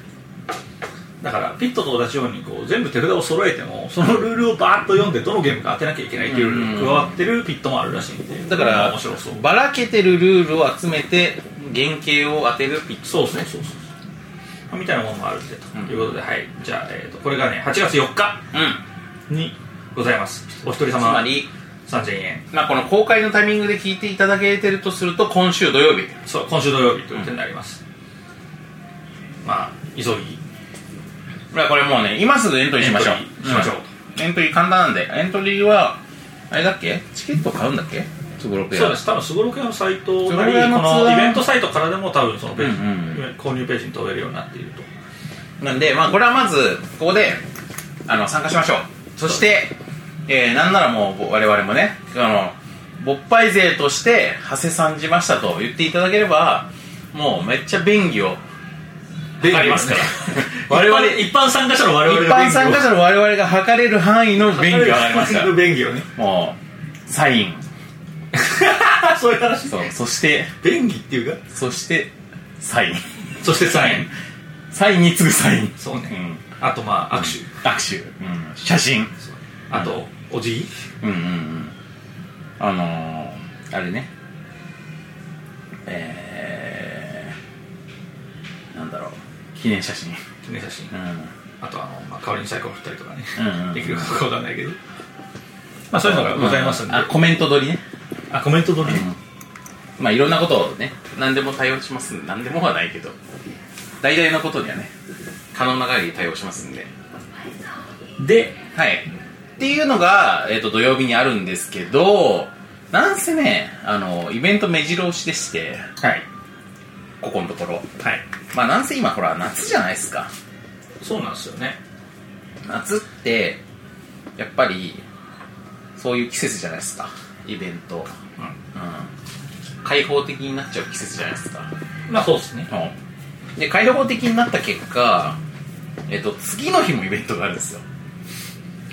[SPEAKER 4] だからピットと同じようにこう全部手札を揃えてもそのルールをバーッと読んでどのゲームか当てなきゃいけないっていうルールが加わってるピットもあるらしいんで
[SPEAKER 3] だから
[SPEAKER 4] 面白そう
[SPEAKER 3] ばらけてるルールを集めて原型を当てるピッチ
[SPEAKER 4] そうそうそうそうみたいなものもあるんでということで、はいじゃあ、えー、とこれがね8月4日
[SPEAKER 3] うん
[SPEAKER 4] にございますお一人
[SPEAKER 3] つま
[SPEAKER 4] 様
[SPEAKER 3] り、
[SPEAKER 4] 3000円
[SPEAKER 3] まあ、この公開のタイミングで聞いていただけてるとすると今週土曜日
[SPEAKER 4] そう今週土曜日という点になります、まあ急ぎ
[SPEAKER 3] まあこれもうね今すぐエントリーしましょう
[SPEAKER 4] エントリーしましょう
[SPEAKER 3] うんエントリー簡単なんでエントリーはあれだっけチケット買うんだっけつぶろくや
[SPEAKER 4] そうです多分すごろく屋のサイト
[SPEAKER 3] すごろ
[SPEAKER 4] なり
[SPEAKER 3] く屋の
[SPEAKER 4] こ
[SPEAKER 3] ツア
[SPEAKER 4] の
[SPEAKER 3] ー
[SPEAKER 4] イベントサイトからでも多分そのページ、
[SPEAKER 3] うんう
[SPEAKER 4] 購入ページに飛べるようになっていると
[SPEAKER 3] なんでまあこれはまずここであの参加しましょうそして、えーなんならもう我々もねあの勃発勢として馳せ参じましたと言っていただければもうめっちゃ便宜を
[SPEAKER 4] で
[SPEAKER 3] ありますから
[SPEAKER 4] 我
[SPEAKER 3] 我
[SPEAKER 4] 々
[SPEAKER 3] 々
[SPEAKER 4] 一般参加者の我
[SPEAKER 3] 一
[SPEAKER 4] 々の
[SPEAKER 3] 般参加者の我々が測れる範囲の便宜をありますから
[SPEAKER 4] 便宜をね
[SPEAKER 3] もうサイン
[SPEAKER 4] そういう話
[SPEAKER 3] そうそして
[SPEAKER 4] 便宜っていうか
[SPEAKER 3] そしてサイン
[SPEAKER 4] そしてサイン
[SPEAKER 3] サインに次ぐサイン
[SPEAKER 4] そうね、
[SPEAKER 3] うん
[SPEAKER 4] あとまあ握手、
[SPEAKER 3] 握手、うん、写真
[SPEAKER 4] あとおじい
[SPEAKER 3] うんうんうんあのー、あれねえー、なんだろう記念写真
[SPEAKER 4] 記念写真
[SPEAKER 3] うん
[SPEAKER 4] あとあの、まあ、代わりにサイコロ振ったりとかね、
[SPEAKER 3] うんうん
[SPEAKER 4] できるかどうかわかんないけどまあそういうのがございますんで、
[SPEAKER 3] あコメント撮りね
[SPEAKER 4] あコメントどれ、
[SPEAKER 3] まあいろんなことをね何でも対応しますんで何でもはないけど大々のことにはね可能な限り対応しますんで
[SPEAKER 4] で
[SPEAKER 3] はい。っていうのが、えっ、と、土曜日にあるんですけど、なんせね、あの、イベント目白押しでして、
[SPEAKER 4] はい
[SPEAKER 3] ここのところ。
[SPEAKER 4] はい
[SPEAKER 3] まあ、なんせ今、ほら、夏じゃないですか。
[SPEAKER 4] そうなんですよね
[SPEAKER 3] 夏って、やっぱり、そういう季節じゃないですか。イベント。うん。開放的になっちゃう季節じゃないですか。
[SPEAKER 4] まあそうですね
[SPEAKER 3] で、開放的になった結果、えっ、と、次の日もイベントがあるんですよ。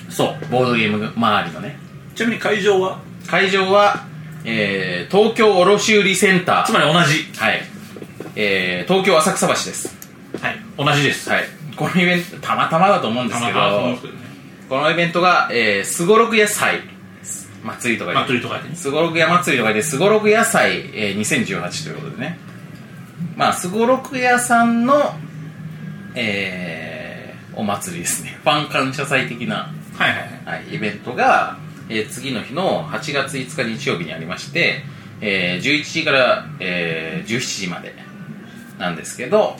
[SPEAKER 3] そう。ボードゲーム周りのね。
[SPEAKER 4] ちなみに会場は
[SPEAKER 3] 会場は、えー東京卸売センター
[SPEAKER 4] つまり同じ
[SPEAKER 3] はいえー東京浅草橋です
[SPEAKER 4] はい同じです
[SPEAKER 3] はいこのイベントたまたまだと思うんで
[SPEAKER 4] た
[SPEAKER 3] す
[SPEAKER 4] ま
[SPEAKER 3] けど
[SPEAKER 4] たまだと思うんですけどね
[SPEAKER 3] このイベントがえーすごろく野菜祭りとか言って
[SPEAKER 4] 祭りとかでね
[SPEAKER 3] すごろく山祭りとかですごろく野菜、えー2018ということでねまあすごろく屋さんのえーお祭りですねファン感謝祭的な、
[SPEAKER 4] はいはいはい
[SPEAKER 3] はい、イベントが、えー次の日の8月5日日曜日にありまして、えー11時から、えー17時までなんですけど、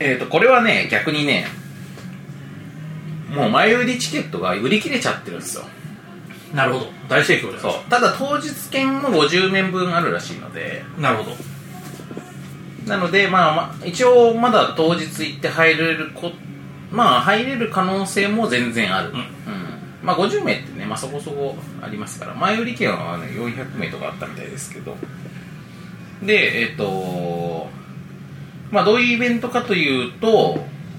[SPEAKER 3] えー、とこれはね逆にねもう前売りチケットが売り切れちゃってるんですよ
[SPEAKER 4] なるほど大盛況です
[SPEAKER 3] そうただ当日券も50面分あるらしいので
[SPEAKER 4] なるほど
[SPEAKER 3] なのでまあ、まあ、一応まだ当日行って入れるこまあ入れる可能性も全然ある、
[SPEAKER 4] うん
[SPEAKER 3] まあ50名ってね、まあ、そこそこありますから前売り券は、ね、400名とかあったみたいですけどでえっ、とまあどういうイベントかというと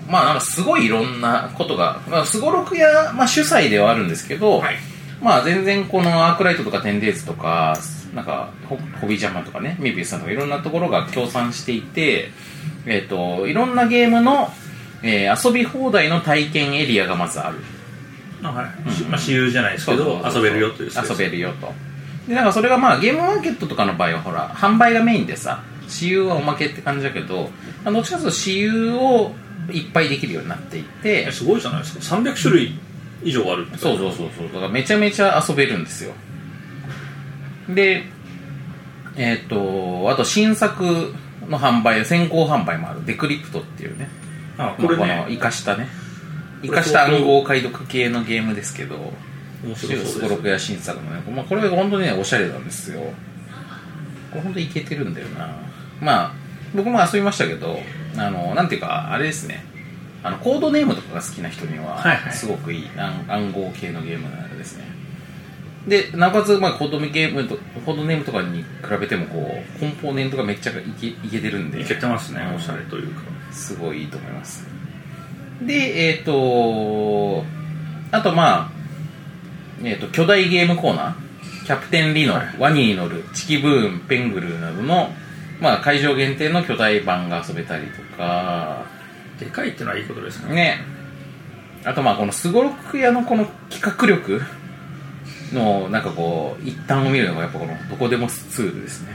[SPEAKER 3] まあなんかすごいいろんなことがまあすごろくや、まあ、主催ではあるんですけど、
[SPEAKER 4] はい
[SPEAKER 3] まあ全然このアークライトとかテンデイズとか、なんかホホビージャパンとかね、ミビウスさんとかいろんなところが協賛していて、えっ、と、いろんなゲームの、えー遊び放題の体験エリアがまずある。
[SPEAKER 4] あはいしまあ私有じゃないですけど遊べるよというスペース
[SPEAKER 3] 遊べるよと。で、なんかそれがまあゲームマーケットとかの場合はほら、販売がメインでさ、私有はおまけって感じだけど、まあどっちかというと私有をいっぱいできるようになっていて
[SPEAKER 4] え、すごいじゃないですか300種類以上あるって
[SPEAKER 3] そうそうそうそうだからめちゃめちゃ遊べるんですよでえっ、とあと新作の販売先行販売もあるデクリプトっていうね
[SPEAKER 4] あ
[SPEAKER 3] ま
[SPEAKER 4] こ
[SPEAKER 3] あこ
[SPEAKER 4] れ
[SPEAKER 3] の
[SPEAKER 4] ね
[SPEAKER 3] 生かしたね
[SPEAKER 4] これ
[SPEAKER 3] 生かした暗号解読系のゲームですけど
[SPEAKER 4] 面白
[SPEAKER 3] ス
[SPEAKER 4] そう
[SPEAKER 3] コ
[SPEAKER 4] で
[SPEAKER 3] ロ
[SPEAKER 4] す
[SPEAKER 3] クや新作のね、まあ、これが本当にねおしゃれなんですよこれ本当にいけてるんだよなまあ僕も遊びましたけどあのなんていうかあれですねあのコードネームとかが好きな人には
[SPEAKER 4] はいはい
[SPEAKER 3] すごくいい、暗暗号系のゲームなのですねでなおかつ、まあ、コードゲームとコードネームとかに比べてもこうコンポーネントがめっちゃいけいけてるんで
[SPEAKER 4] いけてますねおしゃれというか
[SPEAKER 3] すごいいいと思いますでえっ、とあとまあ、えー、と巨大ゲームコーナーキャプテンリノ、ワニーノルチキブーンペングルーなどの、まあ、会場限定の巨大版が遊べたりとか
[SPEAKER 4] でかいってのはいいことですね
[SPEAKER 3] ねあとまあこのすごろく屋のこの企画力のなんかこう一端を見るのがやっぱこのどこでもツールですね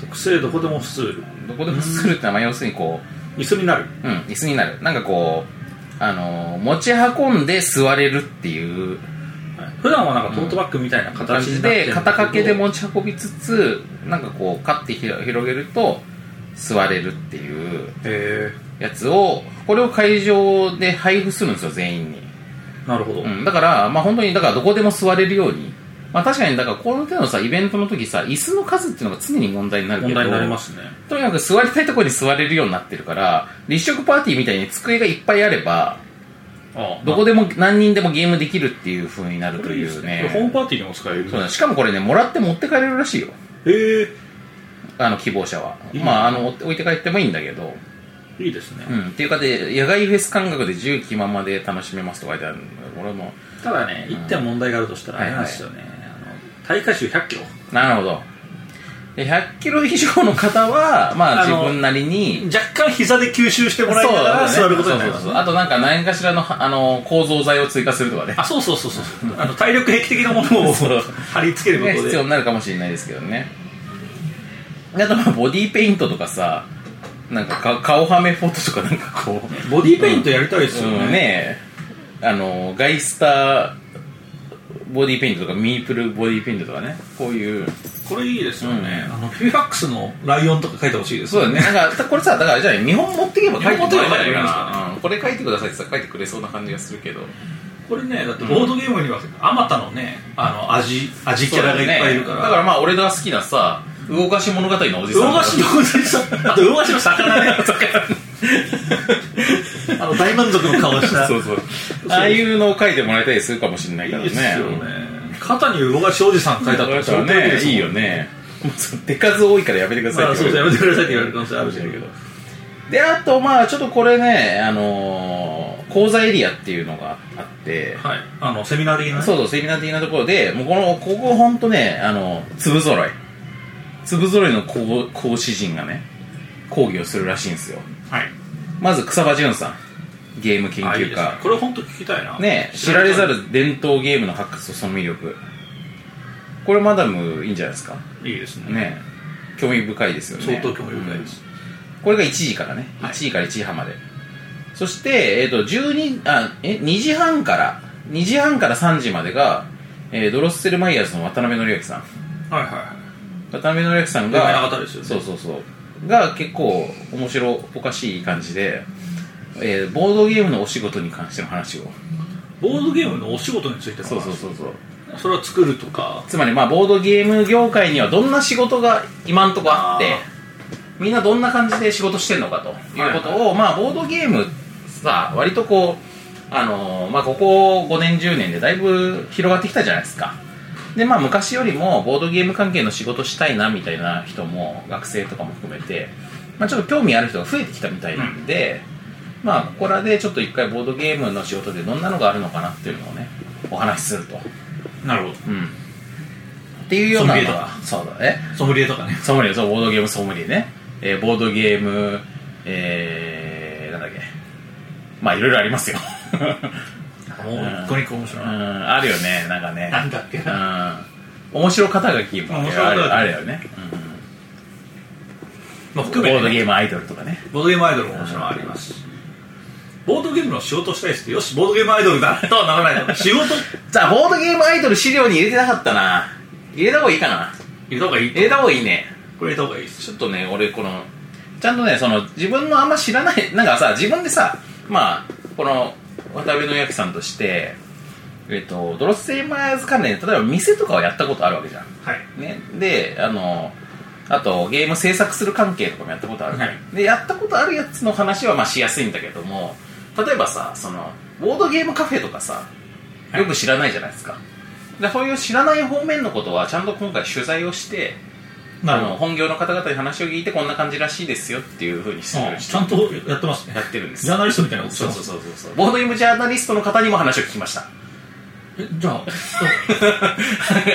[SPEAKER 4] 特性どこでも普通
[SPEAKER 3] どこでもツールってのはまあ要するにこう
[SPEAKER 4] 椅子になる
[SPEAKER 3] うん、椅子になる。なんかこう、あのー持ち運んで座れるっていう
[SPEAKER 4] 普段はなんかトートバッグみたいな
[SPEAKER 3] 感
[SPEAKER 4] 形
[SPEAKER 3] じ
[SPEAKER 4] になっ
[SPEAKER 3] で、
[SPEAKER 4] てるんだけど
[SPEAKER 3] 肩掛けで持ち運びつつ、なんかこう、カッて広広げると、座れるっていう
[SPEAKER 4] へ
[SPEAKER 3] やつを、これを会場で配布するんですよ、全員に。
[SPEAKER 4] えなるほど、
[SPEAKER 3] うん、だから、まあ本当に、だからどこでも座れるように。まあ確かに、だからこの手のさ、イベントの時さ、椅子の数っていうのが常に問題になるけど、
[SPEAKER 4] 問題になりますね
[SPEAKER 3] とにかく座りたいところに座れるようになってるから、立食パーティーみたいに机がいっぱいあれば、
[SPEAKER 4] ああ
[SPEAKER 3] どこでも何人でもゲームできるっていう風になる
[SPEAKER 4] ことれいい
[SPEAKER 3] い
[SPEAKER 4] です
[SPEAKER 3] う
[SPEAKER 4] ねホーム
[SPEAKER 3] ね。
[SPEAKER 4] パーティーにも使える
[SPEAKER 3] そうだしかもこれね、もらって持って帰れるらしいよ。
[SPEAKER 4] へえ
[SPEAKER 3] あの、希望者は。
[SPEAKER 4] いいね
[SPEAKER 3] まあ、あの、置いて帰ってもいいんだけど。
[SPEAKER 4] いいですね、
[SPEAKER 3] うん。っていうかで、野外フェス感覚で自由気ままで楽しめますと書いてあるんだけど、俺も、
[SPEAKER 4] ただね1点問題があるとしたらあれなんですよね、あの大会数100キロ
[SPEAKER 3] なるほど。で、100キロ以上の方 は、まあ、
[SPEAKER 4] あ
[SPEAKER 3] 自
[SPEAKER 4] の
[SPEAKER 3] 分なりに、
[SPEAKER 4] 若干膝で吸収してもらいながら
[SPEAKER 3] そ
[SPEAKER 4] 座
[SPEAKER 3] うだね
[SPEAKER 4] ることになり
[SPEAKER 3] そ
[SPEAKER 4] ま
[SPEAKER 3] う
[SPEAKER 4] す
[SPEAKER 3] そうそうあとなんか何かしらの、あの、構造材を追加するとかね。
[SPEAKER 4] あそうそうそうそうあの体力壁的なものを貼り付ける
[SPEAKER 3] ね
[SPEAKER 4] ことで
[SPEAKER 3] 必要になるかもしれないですけどねあとまあボディペイントとかさなんかか顔はめフォトとかなんかこう
[SPEAKER 4] ボディーペイントやりたいですよね,、
[SPEAKER 3] うんねえあのガイスターボディペイントとかミープルボディペイントとかねこういう
[SPEAKER 4] これいいですよね、
[SPEAKER 3] うん
[SPEAKER 4] あのフィファックスのライオンとか書いてほしいです
[SPEAKER 3] そうだねなんかこれさだからじゃあ見本持ってけば書いてもらえばいい
[SPEAKER 4] 見本持ってけばいいんです
[SPEAKER 3] かな、うん、これ書いてくださいってさ書いてくれそうな感じがするけど
[SPEAKER 4] これねだってボードゲームにはあまたのねあの味味キャラがいっぱいいる
[SPEAKER 3] そ
[SPEAKER 4] か
[SPEAKER 3] うだから
[SPEAKER 4] ら
[SPEAKER 3] まあ俺が好きなさ動かし物語のおじさんと
[SPEAKER 4] 魚
[SPEAKER 3] か
[SPEAKER 4] 菓子のおじさんあと魚菓子の 魚ね あの大満足の顔した
[SPEAKER 3] そうそうああいうのを書いてもらいたりするかもしれないから
[SPEAKER 4] い
[SPEAKER 3] ね
[SPEAKER 4] いですよね肩に魚菓子おじさん書いてあった
[SPEAKER 3] だ
[SPEAKER 4] ら
[SPEAKER 3] から
[SPEAKER 4] 相当いいで
[SPEAKER 3] ね
[SPEAKER 4] すもん
[SPEAKER 3] いいよねもうその手数多いからやめてくだ
[SPEAKER 4] ま
[SPEAKER 3] さい
[SPEAKER 4] あ
[SPEAKER 3] って
[SPEAKER 4] そう
[SPEAKER 3] 言
[SPEAKER 4] そうや
[SPEAKER 3] われて
[SPEAKER 4] めてくださいって言われる可能性あるし
[SPEAKER 3] けどであとまあちょっとこれねあのー講座エリアっていうのがあって
[SPEAKER 4] はいあのセミナー的なね
[SPEAKER 3] そうそうセミナー的なところでもうこのここほんとねあの粒揃い粒揃いの講講師陣がね講義をするらしいんですよ
[SPEAKER 7] はい
[SPEAKER 3] まず草場潤さんゲーム研
[SPEAKER 4] あいい
[SPEAKER 3] 究
[SPEAKER 4] です
[SPEAKER 3] 家
[SPEAKER 4] ねこれ本当聞きたいな
[SPEAKER 3] ね知られざる伝統ゲームの発掘とその魅力これマダムいいんじゃないですか
[SPEAKER 4] いいですね
[SPEAKER 3] ね興味深いですよね
[SPEAKER 4] 相当興味深いです、
[SPEAKER 3] これが1時からね、
[SPEAKER 4] はい
[SPEAKER 3] 1時から1時半までそして、えっと12あえ2時半から2時半から3時までが、えードロッセルマイヤーズの渡辺則明さん
[SPEAKER 4] はいはいはい
[SPEAKER 3] 渡辺則明さんが
[SPEAKER 4] 有名な方ですよね
[SPEAKER 3] そうそうそうが結構面白おかしい感じで、えーボードゲームのお仕事に関しての話を
[SPEAKER 4] ボードゲームのお仕事についての話
[SPEAKER 3] そうそうそうそう
[SPEAKER 4] それは作るとか
[SPEAKER 3] つまりまあボードゲーム業界にはどんな仕事が今んとこあって
[SPEAKER 4] あ
[SPEAKER 3] みんなどんな感じで仕事してんのかということを、まあボードゲームさ割とこうあのーまあここ5年10年でだいぶ広がってきたじゃないですかでまあ昔よりもボードゲーム関係の仕事したいなみたいな人も学生とかも含めて、まあ、ちょっと興味ある人が増えてきたみたいなんで、まあここらでちょっと一回ボードゲームの仕事でどんなのがあるのかなっていうのをねお話しすると。
[SPEAKER 7] なるほど
[SPEAKER 3] うんっていうようなのがそうだね
[SPEAKER 7] ソムリエとかね
[SPEAKER 3] ソムリエそうボードゲームソムリエね、えーボードゲームえー、なんだっけまあいろいろあ ります
[SPEAKER 7] も
[SPEAKER 3] よ
[SPEAKER 7] う一個に個面白
[SPEAKER 3] う
[SPEAKER 7] い
[SPEAKER 3] ん
[SPEAKER 7] な
[SPEAKER 3] あるよねなんかね
[SPEAKER 7] なんだっけな
[SPEAKER 3] うん面白肩書きも
[SPEAKER 7] 面白
[SPEAKER 3] あ
[SPEAKER 7] 肩書き
[SPEAKER 3] るあるよね、
[SPEAKER 7] まあ
[SPEAKER 3] うん、
[SPEAKER 7] 含
[SPEAKER 3] ボ
[SPEAKER 7] め
[SPEAKER 3] ード
[SPEAKER 7] てね
[SPEAKER 3] ゲームアイドルとかね
[SPEAKER 7] ボードゲームアイドルももちろんありますしボードゲームの仕事したいっすってよしボードゲームアイドルだとはならないと 仕事
[SPEAKER 3] じゃあボードゲームアイドル資料に入れてなかったな入れた方がいいかな
[SPEAKER 7] 入れた方がいい
[SPEAKER 3] 入れた方がいいね
[SPEAKER 7] これ入れた方がいいっす
[SPEAKER 3] ちょっとね、俺、この、ちゃんとね、その、自分のあんま知らない、なんかさ、自分でさ、まあ、この、渡辺のやきさんとして、えっと、ドロッセイマーズ関連で、例えば店とかはやったことあるわけじゃん。
[SPEAKER 7] はい
[SPEAKER 3] ね、であのあとゲーム制作する関係とかもやったことある、
[SPEAKER 7] はい
[SPEAKER 3] でやったことあるやつの話はまあしやすいんだけども例えばさそのボードゲームカフェとかさよく知らないじゃないですか、でそういう知らない方面のことはちゃんと今回取材をして
[SPEAKER 7] なるほ
[SPEAKER 3] あの本業の方々に話を聞いてこんな感じらしいですよっていうふうにして
[SPEAKER 7] あちゃんとやってますね
[SPEAKER 3] やってるんです
[SPEAKER 7] ジャーナリストみたいなことして
[SPEAKER 3] そう
[SPEAKER 7] ます
[SPEAKER 3] そうそうそうそうボードゲームジャーナリストの方にも話を聞きました
[SPEAKER 7] えじゃあ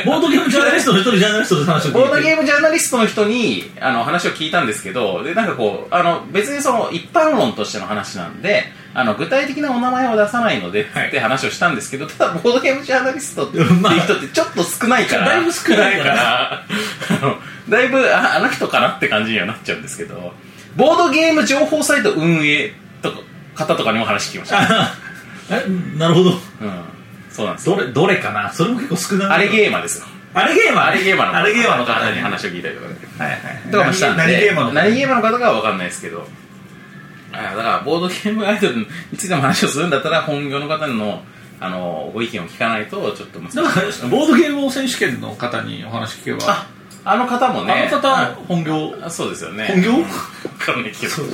[SPEAKER 7] ボードゲームジャーナリストの一人ジャーナリストで話を聞いて
[SPEAKER 3] ボード ゲームジャーナリストの人にあの話を聞いたんですけどでなんかこうあの別にその一般論としての話なんであの具体的なお名前を出さないのでって話をしたんですけど、ただボードゲームジャーナリストっていう
[SPEAKER 7] まあ
[SPEAKER 3] 人ってちょっと少ないから、
[SPEAKER 7] だいぶ少ないから
[SPEAKER 3] らあのだいぶああの人かなって感じにはなっちゃうんですけどボードゲーム情報サイト運営とか方とかにも話聞きました、
[SPEAKER 7] あえなるほど
[SPEAKER 3] うん、そうなんです
[SPEAKER 7] どれどれかなそれも結構少ない
[SPEAKER 3] あれゲーマーですよ
[SPEAKER 7] あれゲーマー
[SPEAKER 3] あれゲーマーの
[SPEAKER 7] あれゲーマーの
[SPEAKER 3] 方
[SPEAKER 7] 方
[SPEAKER 3] に
[SPEAKER 7] に
[SPEAKER 3] 話を聞いたりとかね
[SPEAKER 7] はいはい
[SPEAKER 3] とかもしたんで
[SPEAKER 7] 何ゲーマーの方
[SPEAKER 3] 何ゲーマーの方かは分かんないですけどあだからボードゲームアイドルについても話をするんだったら本業の方のあのご意見を聞かないとちょっと難しい
[SPEAKER 7] だからボードゲーム選手権の方にお話聞けば
[SPEAKER 3] ああの方もね
[SPEAKER 7] あの方、本業
[SPEAKER 3] あそうですよね
[SPEAKER 7] 本業
[SPEAKER 3] 分かんないけど
[SPEAKER 7] そう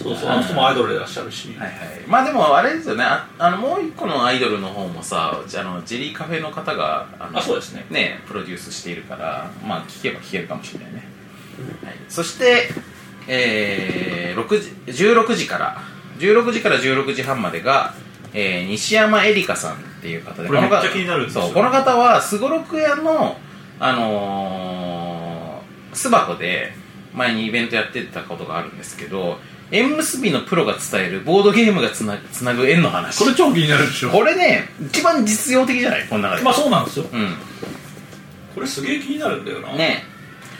[SPEAKER 7] そうそう
[SPEAKER 3] あ
[SPEAKER 7] あの人もアイドルでいらっしゃるし、
[SPEAKER 3] はいはい、まあでもあれですよねああのもう一個のアイドルの方もさじゃあのジェリーカフェの方があの
[SPEAKER 7] あそうですね
[SPEAKER 3] ねプロデュースしているからまあ聞けば聞けるかもしれないね、はい、そして、えー、6時16時から16時から16時半までが、えー西山エリカさんっていう方で
[SPEAKER 7] これめっちゃ
[SPEAKER 3] の方
[SPEAKER 7] 気になるんですよ
[SPEAKER 3] そうこの方はすごろく屋のあのー巣箱で前にイベントやってたことがあるんですけど縁結びのプロが伝えるボードゲームがつなつなぐ縁の話
[SPEAKER 7] これ超気になるでしょ
[SPEAKER 3] これね一番実用的じゃないこの中で、
[SPEAKER 7] まあそうなんですよ
[SPEAKER 3] うん
[SPEAKER 7] これすげえ気になるんだよな、
[SPEAKER 3] ね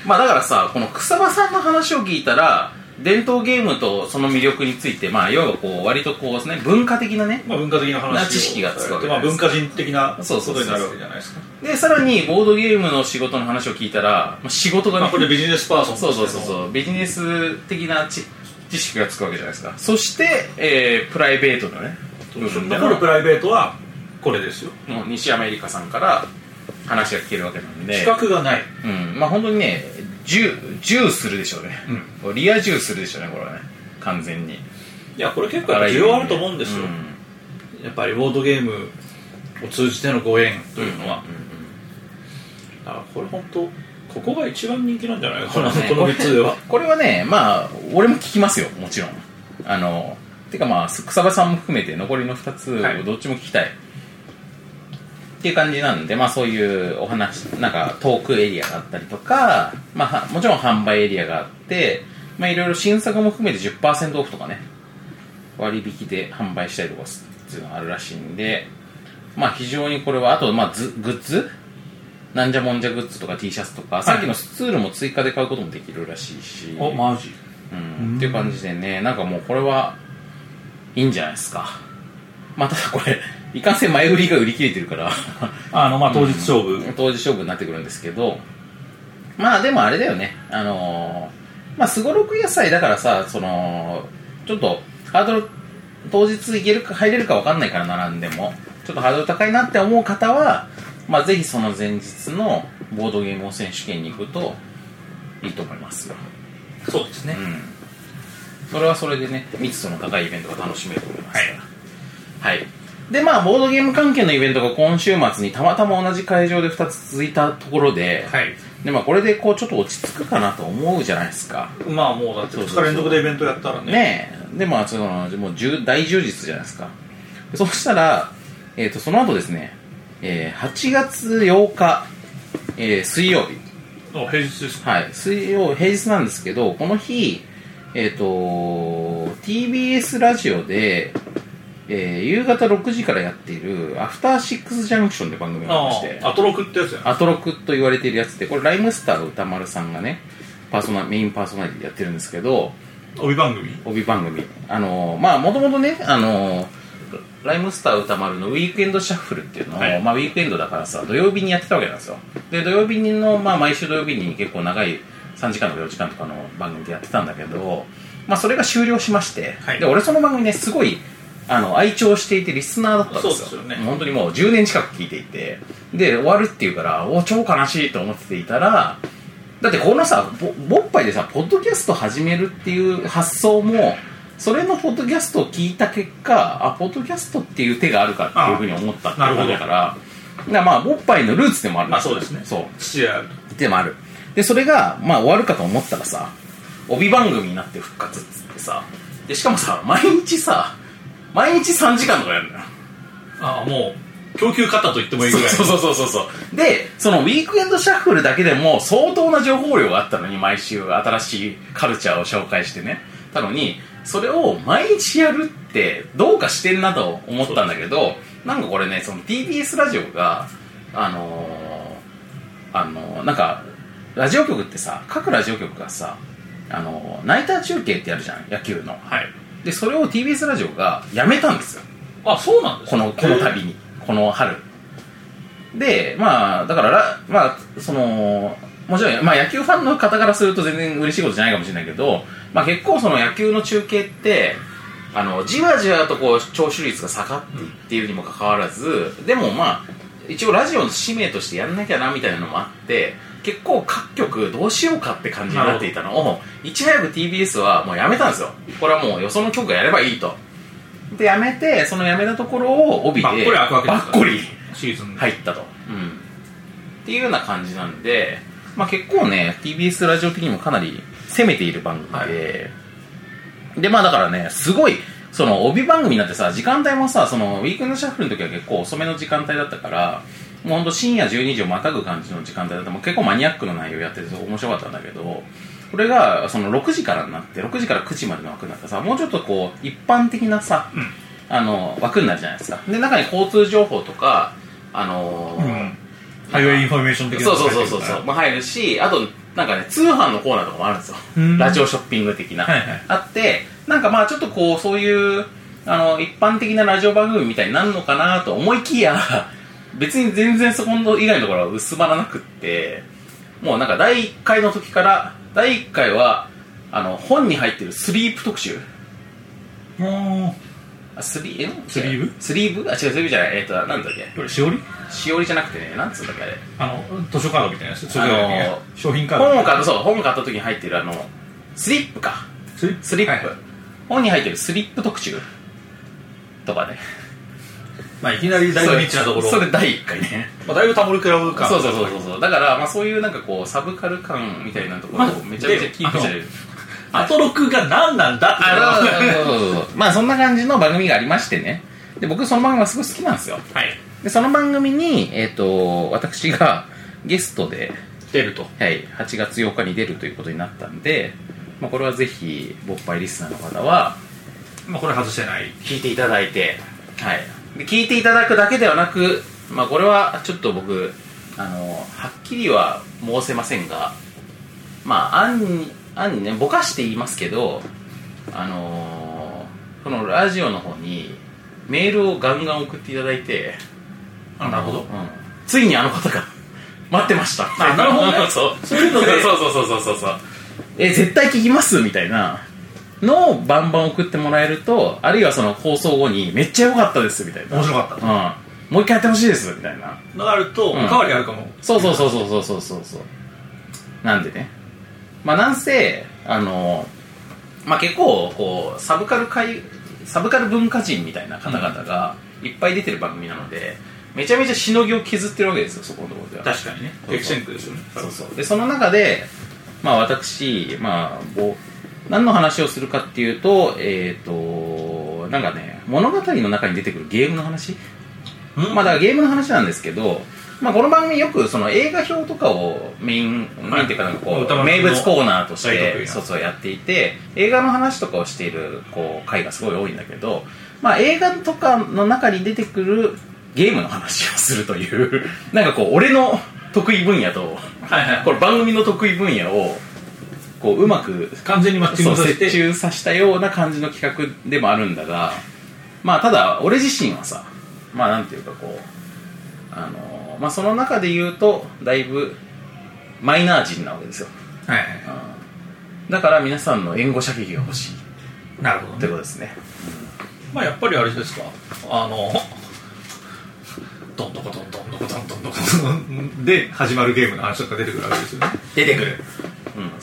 [SPEAKER 3] まあだからさこの草場さんの話を聞いたら伝統ゲームとその魅力についてまあいわばこう割とこうね文化的なね
[SPEAKER 7] まあ、文化的な話を
[SPEAKER 3] な知識がつくわけじ
[SPEAKER 7] ま
[SPEAKER 3] ゃ
[SPEAKER 7] あ
[SPEAKER 3] ないです
[SPEAKER 7] 文
[SPEAKER 3] か
[SPEAKER 7] 化人的なこ
[SPEAKER 3] そうそうそうそ
[SPEAKER 7] とにな
[SPEAKER 3] う
[SPEAKER 7] るわけじゃないですか
[SPEAKER 3] でさらにボードゲームの仕事の話を聞いたら、まあ、仕事がね
[SPEAKER 7] まあこれビジネスパーソン
[SPEAKER 3] そうそうそうそうビジネス的な知知識がつくわけじゃないですかそして、えープライベートのね部分で
[SPEAKER 7] 残るプライベートはこれですよ
[SPEAKER 3] の西アメリカさんから話が聞けるわけなんで
[SPEAKER 7] 資格がない
[SPEAKER 3] うんまあ本当にねジュジューするでしょうね、リアジューするでしょうねこれはね完全に
[SPEAKER 7] いやこれ結構やっぱ需要あると思うんですよ、
[SPEAKER 3] ん
[SPEAKER 7] やっぱりボードゲームを通じてのご縁というのは、だからこれ本当ここが一番人気なんじゃないかな、この3つでは
[SPEAKER 3] これはねまあ俺も聞きますよもちろんあのてかまあ草場さんも含めて残りの2つ
[SPEAKER 7] はい
[SPEAKER 3] をどっちも聞きたい、っていう感じなんでまあそういうお話なんかトークエリアがあったりとか、まあ、はもちろん販売エリアがあってまあいろいろ新作も含めて10%オフとかね、割引で販売したりとかすっていうのがあるらしいんで、まあ非常にこれは、あとまあずグッズなんじゃもんじゃグッズとか T シャツとか、さっきのスツールも追加で買うこともできるらしいし、
[SPEAKER 7] おマジ
[SPEAKER 3] うんっていう感じでね、なんかもうこれはいいんじゃないですか。まあただこれ、いかんせん前売りが売り切れてるから、
[SPEAKER 7] あのまあ当日勝負、
[SPEAKER 3] 当時勝負になってくるんですけど、まあでもあれだよね、あのーまあすごろく野菜だからさ、その、ちょっとハードル、当日行けるか入れるか分かんないから並んでも、ちょっとハードル高いなって思う方は、まあぜひその前日のボードゲーム王選手権に行くといいと思いますよ。
[SPEAKER 4] そうですね
[SPEAKER 3] うん。それはそれでね、密度の高いイベントが楽しめると思いますから。はい。で、まあ、ボードゲーム関係のイベントが今週末にたまたま同じ会場で2つ続いたところで、
[SPEAKER 4] はい
[SPEAKER 3] で、まあ、これでこう、ちょっと落ち着くかなと思うじゃないですか。
[SPEAKER 7] まあもうだって2日連続でイベントやったらね
[SPEAKER 3] ねえ。で、まあ、その、もう重、大充実じゃないですか。でそしたら、えっ、と、その後ですね、えー8月8日、えー水曜日。
[SPEAKER 7] あ平日ですか
[SPEAKER 3] はい、水曜、平日なんですけど、この日、えっ、と、TBS ラジオで、えー夕方6時からやっている、アフターシックスジャンクションで番組がありまして、
[SPEAKER 7] ああアトロクってやつやな
[SPEAKER 3] アトロクと言われているやつで、これ、ライムスターの歌丸さんがね、パーソナメインパーソナリティでやってるんですけど、
[SPEAKER 7] 帯番組
[SPEAKER 3] 帯番組。あのーまあ、もともとね、あのーライムスター歌丸のウィークエンドシャッフルっていうのを、
[SPEAKER 7] はい
[SPEAKER 3] まあ、ウィークエンドだからさ、土曜日にやってたわけなんですよ。で、土曜日の、まあ、毎週土曜日に結構長い3時間とか4時間とかの番組でやってたんだけど、まあ、それが終了しまして、
[SPEAKER 7] はい
[SPEAKER 3] で、俺その番組ね、すごい、あの、愛聴していてリスナーだったんですよ。
[SPEAKER 7] そうですよね
[SPEAKER 3] 本当にもう10年近く聞いていて、で、終わるっていうから、お超悲しいと思っていたら、だってこのさぼぼっぱいでさポッドキャスト始めるっていう発想もそれのポッドキャストを聞いた結果あポッドキャストっていう手があるかっていうふうに思ったって
[SPEAKER 7] あな
[SPEAKER 3] い
[SPEAKER 7] るほ
[SPEAKER 3] うこと
[SPEAKER 7] ど
[SPEAKER 3] だからだからまあぼっぱいのルーツでもあるん
[SPEAKER 7] あそうですね
[SPEAKER 3] そう
[SPEAKER 7] 父である
[SPEAKER 3] でもあるでそれがまあ終わるかと思ったらさ帯番組になって復活っつってさでしかもさ毎日さ毎日3時間とかやるのよ
[SPEAKER 7] ああもう供給方と言ってもいいぐらい
[SPEAKER 3] そうそうそうそうそうでそのウィークエンドシャッフルだけでも相当な情報量があったのに毎週新しいカルチャーを紹介してねたのにそれを毎日やるってどうかしてんなと思ったんだけどなんかこれねその TBS ラジオがあのーあのーなんかラジオ局ってさ各ラジオ局がさあのーナイター中継ってやるじゃん野球の
[SPEAKER 7] はい
[SPEAKER 3] でそれを TBS ラジオがやめたんですよ
[SPEAKER 7] あそうなんです
[SPEAKER 3] このこの度にこの春でまあだかららまあそのもちろん、まあ、野球ファンの方からすると全然嬉しいことじゃないかもしれないけど、まあ、結構その野球の中継ってあのじわじわとこう聴取率が下がっていっているにもかかわらずでもまあ一応ラジオの使命としてやんなきゃなみたいなのもあって結構各局どうしようかって感じになっていたのをいち早く TBS はもうやめたんですよこれはもうよその局がやればいいとでやめてそのやめたところを帯で
[SPEAKER 7] ばっこり開くわけで
[SPEAKER 3] ば
[SPEAKER 7] す
[SPEAKER 3] っ
[SPEAKER 7] から
[SPEAKER 3] こり
[SPEAKER 7] シーズンで
[SPEAKER 3] 入ったと、うん、っていうような感じなんで、まあ、結構ね TBS ラジオ的にもかなり攻めている番組で、でまあだからねすごいその帯番組になってさ時間帯もさそのウィークエンドシャッフルの時は結構遅めの時間帯だったからもうほんと深夜12時をまたぐ感じの時間帯だったもう結構マニアックな内容やってて面白かったんだけどこれがその6時からになって6時から9時までの枠になったらさもうちょっとこう一般的なさ、あの枠になるじゃないですかで中に交通情報とかあのー
[SPEAKER 7] うんハイウェイインフォメーション的な
[SPEAKER 3] そ
[SPEAKER 7] の
[SPEAKER 3] う
[SPEAKER 7] が
[SPEAKER 3] そう
[SPEAKER 7] 入って
[SPEAKER 3] そう
[SPEAKER 7] る
[SPEAKER 3] そ
[SPEAKER 7] か
[SPEAKER 3] うそ
[SPEAKER 7] ら
[SPEAKER 3] う、まあ、入るしあとなんかね通販のコーナーとかもあるんですよ
[SPEAKER 7] ん
[SPEAKER 3] ラジオショッピング的な、
[SPEAKER 7] はいはい
[SPEAKER 3] あってなんかまあちょっとこうそういうあの一般的なラジオ番組みたいになるのかなと思いきや 別に全然そこの以外のところは薄まらなくってもうなんか第1回の時から第1回はあの本に入ってるスリープ特集
[SPEAKER 7] も
[SPEAKER 3] あスリーえ
[SPEAKER 7] スリーブ
[SPEAKER 3] スリーブあ違うスリーブじゃないえっ、となんだっ
[SPEAKER 7] う
[SPEAKER 3] け
[SPEAKER 7] これしおり
[SPEAKER 3] しおりじゃなくてねなんつうんだっけあれ
[SPEAKER 7] あの図書カードみたいなやつそれ
[SPEAKER 3] あのー
[SPEAKER 7] ね商品カード
[SPEAKER 3] 本を買ったそう本を買った時に入ってるあのスリップか
[SPEAKER 7] スリップ
[SPEAKER 3] スリップ、
[SPEAKER 7] はい
[SPEAKER 3] 本に入ってるスリップ特集とかね
[SPEAKER 7] まあいきなりだいぶニッチなところ
[SPEAKER 3] それそれ第1回 ね
[SPEAKER 7] まあだいぶタモリクラブ感
[SPEAKER 3] そうそうそうそうそうだから、まあ、そういうなんかこうサブカル感みたいなところをめちゃめちゃキープしてる、
[SPEAKER 7] アトロクが何なんだって
[SPEAKER 3] あそうそうそうそう まあそんな感じの番組がありましてねで僕その番組がすごい好きなんですよ
[SPEAKER 7] はい
[SPEAKER 3] でその番組に、えっと私がゲストで
[SPEAKER 7] 出ると
[SPEAKER 3] はい、8月8日に出るということになったんで、まあ、これはぜひ勃発リスナーの方は
[SPEAKER 7] まあ、これ外せない
[SPEAKER 3] 聞いていただいて、はい、で聞いていただくだけではなく、まあ、これはちょっと僕あのはっきりは申せませんがまあ案に案にねぼかして言いますけどあのこのラジオの方にメールをガンガン送っていただいて
[SPEAKER 7] あなるほど
[SPEAKER 3] うんついにあの方が待ってました
[SPEAKER 7] あなるほどね
[SPEAKER 3] そう
[SPEAKER 7] そういうので
[SPEAKER 3] そうそうそうそうそうそうえ絶対聞きますみたいなのをバンバン送ってもらえるとあるいはその放送後にめっちゃ良かったですみたいな
[SPEAKER 7] 面白かったと
[SPEAKER 3] うん、もう一回やってほしいですみたいな
[SPEAKER 7] のがあると、おかわりあるかも
[SPEAKER 3] そうそうそうそうそうそうそうそうなんでねまあなんせあのまあ結構こうサブカル界サブカル文化人みたいな方々がいっぱい出てる番組なので、めちゃめちゃしのぎを削ってるわけですよそこのところでは
[SPEAKER 7] 確かにね
[SPEAKER 3] そうそう
[SPEAKER 7] エキセンクですよね
[SPEAKER 3] そうそうでその中で、まあ、私、まあ、ぼ何の話をするかっていうと,、えっとなんかね物語の中に出てくるゲームの話、
[SPEAKER 7] うん
[SPEAKER 3] まあ、だからゲームの話なんですけど、まあ、この番組よくその映画表とかをメイン、メインっていうかなんかこ
[SPEAKER 7] 歌
[SPEAKER 3] う
[SPEAKER 7] 丸
[SPEAKER 3] 名
[SPEAKER 7] 君の
[SPEAKER 3] 物コーナーとし
[SPEAKER 7] 大得
[SPEAKER 3] て
[SPEAKER 7] 意な
[SPEAKER 3] そうそうやっていて映画の話とかをしているこう回がすごい多いんだけど、まあ、映画とかの中に出てくるゲームの話をするという なんかこう俺の得意分野と
[SPEAKER 7] はいはい
[SPEAKER 3] これ番組の得意分野をこううまく
[SPEAKER 7] 完全にマッチン
[SPEAKER 3] そう
[SPEAKER 7] グさせ
[SPEAKER 3] 折
[SPEAKER 7] て
[SPEAKER 3] 衷させたような感じの企画でもあるんだがまあただ俺自身はさまあなんていうかこうあのまあその中で言うとだいぶマイナー人なわけですよ
[SPEAKER 7] はいは
[SPEAKER 3] だから皆さんの援護射撃が欲しい
[SPEAKER 7] いなるほど
[SPEAKER 3] という
[SPEAKER 7] ね
[SPEAKER 3] ことですね
[SPEAKER 7] まあやっぱりあれですかあのどんどこどんどんどこどんどんどこどんで始まるゲームの話とか出てくるわけですよね
[SPEAKER 3] 出てくる、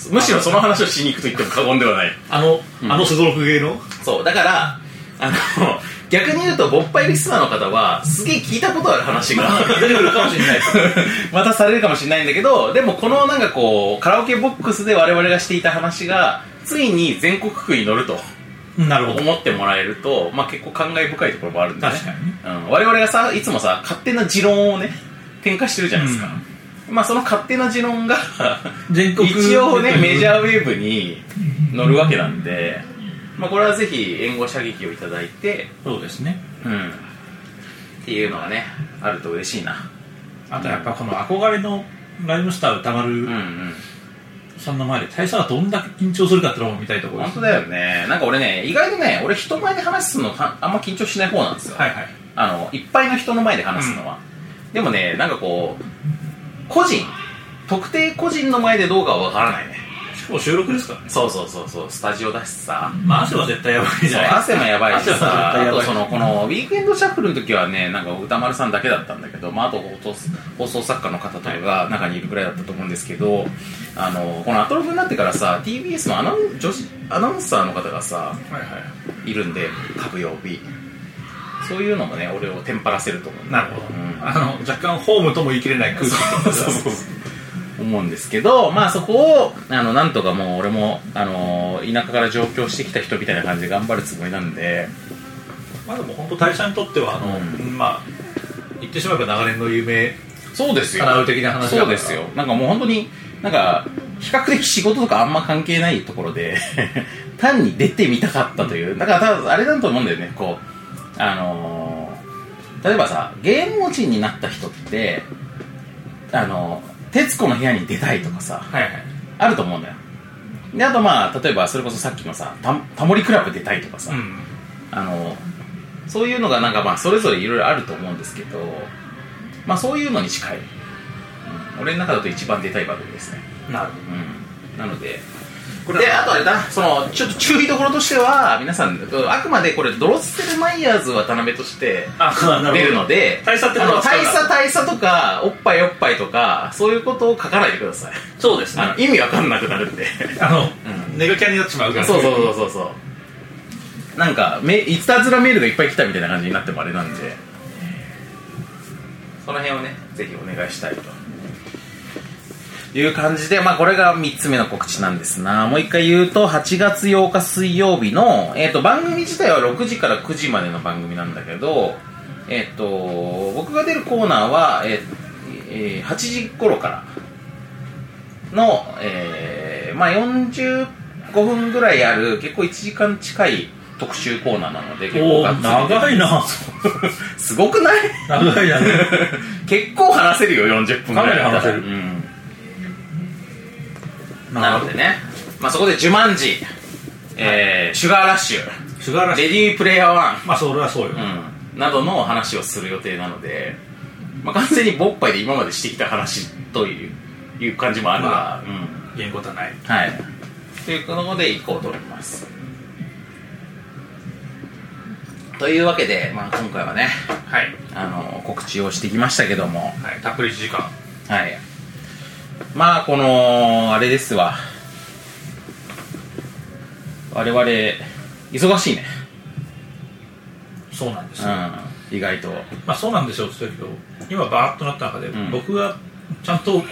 [SPEAKER 3] うん、むしろその話をしに行くと言っても過言ではない
[SPEAKER 7] あの、あのすごろく芸の
[SPEAKER 3] そう、だから、あの、逆に言うと、勃発リスナーの方は、すげえ聞いたことある話が出てくるかもしれない。 またされるかもしれないんだけど、でもこのなんかこう、カラオケボックスで我々がしていた話が、ついに全国区に乗ると
[SPEAKER 7] なる
[SPEAKER 3] 思ってもらえると、まあ結構感慨深いところもあるんで、ね、
[SPEAKER 7] 確かにね
[SPEAKER 3] うん、我々がさ、いつもさ、勝手な持論をね、展開してるじゃないですか。まあその勝手な持論が
[SPEAKER 7] 全国
[SPEAKER 3] 一応ねメジ
[SPEAKER 7] ー
[SPEAKER 3] ャーウェーブに乗るわけなんで、まあ、これはぜひ援護射撃をいただいて、
[SPEAKER 7] そうですね
[SPEAKER 3] うん、っていうのがねあると嬉しいな
[SPEAKER 7] あとやっぱこの憧れのライムスター歌丸
[SPEAKER 3] うんうん
[SPEAKER 7] さんの前で大佐がどんだけ緊張するかってのも見たいところで
[SPEAKER 3] 本
[SPEAKER 7] す
[SPEAKER 3] 当だよねなんか俺ね意外とね俺人前で話すのかあんま緊張しない方なんですよ、
[SPEAKER 7] はいはい
[SPEAKER 3] あのいっぱいの人の前で話すのは、でもねなんかこう個人特定個人の前でどうかは分からないね
[SPEAKER 7] しかも収録ですからね
[SPEAKER 3] そうそうそうそうスタジオだしさ
[SPEAKER 7] まあ汗は絶対やばいじゃない
[SPEAKER 3] 汗もやばいし
[SPEAKER 7] 汗も
[SPEAKER 3] さ
[SPEAKER 7] 絶対
[SPEAKER 3] あ
[SPEAKER 7] やばい
[SPEAKER 3] とそのこのウィークエンドシャッフルの時はねなんか歌丸さんだけだったんだけど、まあ、あと放送放送作家の方とかが中にいるぐらいだったと思うんですけどあのこのアトログになってからさ TBS のアナウン女子アナウンサーの方がさ
[SPEAKER 7] はいはい
[SPEAKER 3] るんで各曜日そういうのもね俺をテンパらせると思う
[SPEAKER 7] いなるほど、
[SPEAKER 3] うん
[SPEAKER 7] あの若干ホームとも言い切れない空気
[SPEAKER 3] そうそうそう思うんですけど、まあそこを、あの、なんとかもう俺も、あの田舎から上京してきた人みたいな感じで頑張るつもりなんで、
[SPEAKER 7] まあでも本当大佐にとってはあの、
[SPEAKER 3] うん
[SPEAKER 7] まあ言ってしまえば長年の夢
[SPEAKER 3] そうです
[SPEAKER 7] 叶う的な話だから
[SPEAKER 3] そうですよなんかもう本当になんか比較的仕事とかあんま関係ないところで 単に出てみたかったというだから多分あれだと思うんだよねこうあのー例えばさ芸能人になった人ってあのー徹子の部屋に出たいとかさ
[SPEAKER 7] はいはい
[SPEAKER 3] あると思うんだよであとまあ例えばそれこそさっきのさタタモリクラブ出たいとかさ、
[SPEAKER 7] うん
[SPEAKER 3] あのそういうのがなんかまあそれぞれいろいろあると思うんですけど、まあ、そういうのに近い、うん俺の中だと一番出たい番組ですね、
[SPEAKER 7] なる
[SPEAKER 3] うん、なので
[SPEAKER 7] ほ
[SPEAKER 3] であとあれだそのちょっと注意どころとしては皆さんあくまでこれドロッセルマイヤーズ渡辺として
[SPEAKER 7] あなるほど
[SPEAKER 3] 出るので
[SPEAKER 7] 大佐ってことは
[SPEAKER 3] あの大佐大佐とかおっぱいおっぱいとかそういうことを書かないでください
[SPEAKER 7] そうですね
[SPEAKER 3] あの意味わかんなくなるんで
[SPEAKER 7] あの、ネガキャンになってしまうから
[SPEAKER 3] そうそうそうそうそうなんかめいたずらメールがいっぱい来たみたいな感じになってもあれなんでその辺をねぜひお願いしたいという感じで、まあ、これが3つ目の告知なんですなもう一回言うと8月8日水曜日の、えー、と番組自体は6時から9時までの番組なんだけどえっ、と僕が出るコーナーは、えーえー8時頃からの、えーまあ、40 5分ぐらいある結構1時間近い特集コーナーなので結構
[SPEAKER 4] お
[SPEAKER 3] がっ
[SPEAKER 4] ー
[SPEAKER 3] つり出て
[SPEAKER 4] 長いな
[SPEAKER 3] すごくない
[SPEAKER 4] 長いなね
[SPEAKER 3] 結構話せるよ40分ぐらい
[SPEAKER 4] かなり話せる
[SPEAKER 3] うんなのでね、まあ、そこで「ジュマンジ」えーシュガーラッシュ」
[SPEAKER 4] すが
[SPEAKER 3] 「
[SPEAKER 4] らしい
[SPEAKER 3] レディープレイヤー1」
[SPEAKER 4] まあそれはそうよ、
[SPEAKER 3] うん、などの話をする予定なので、まあ、完全に勃発で今までしてきた話といういう感じもあるが、
[SPEAKER 4] まあ
[SPEAKER 3] うん、
[SPEAKER 4] 言えんことはない
[SPEAKER 3] はいというのでいこうと思いますというわけで、まあ、今回はね
[SPEAKER 4] はい、
[SPEAKER 3] あの告知をしてきましたけども
[SPEAKER 4] はい、たっぷり1時間
[SPEAKER 3] はいまあこのあれですわ我々忙しいね、
[SPEAKER 4] そうなんですよ、
[SPEAKER 3] うん、意外と
[SPEAKER 4] まあそうなんですよって言ったけど今バーッとなった中で、
[SPEAKER 3] ん
[SPEAKER 4] 僕がちゃんとち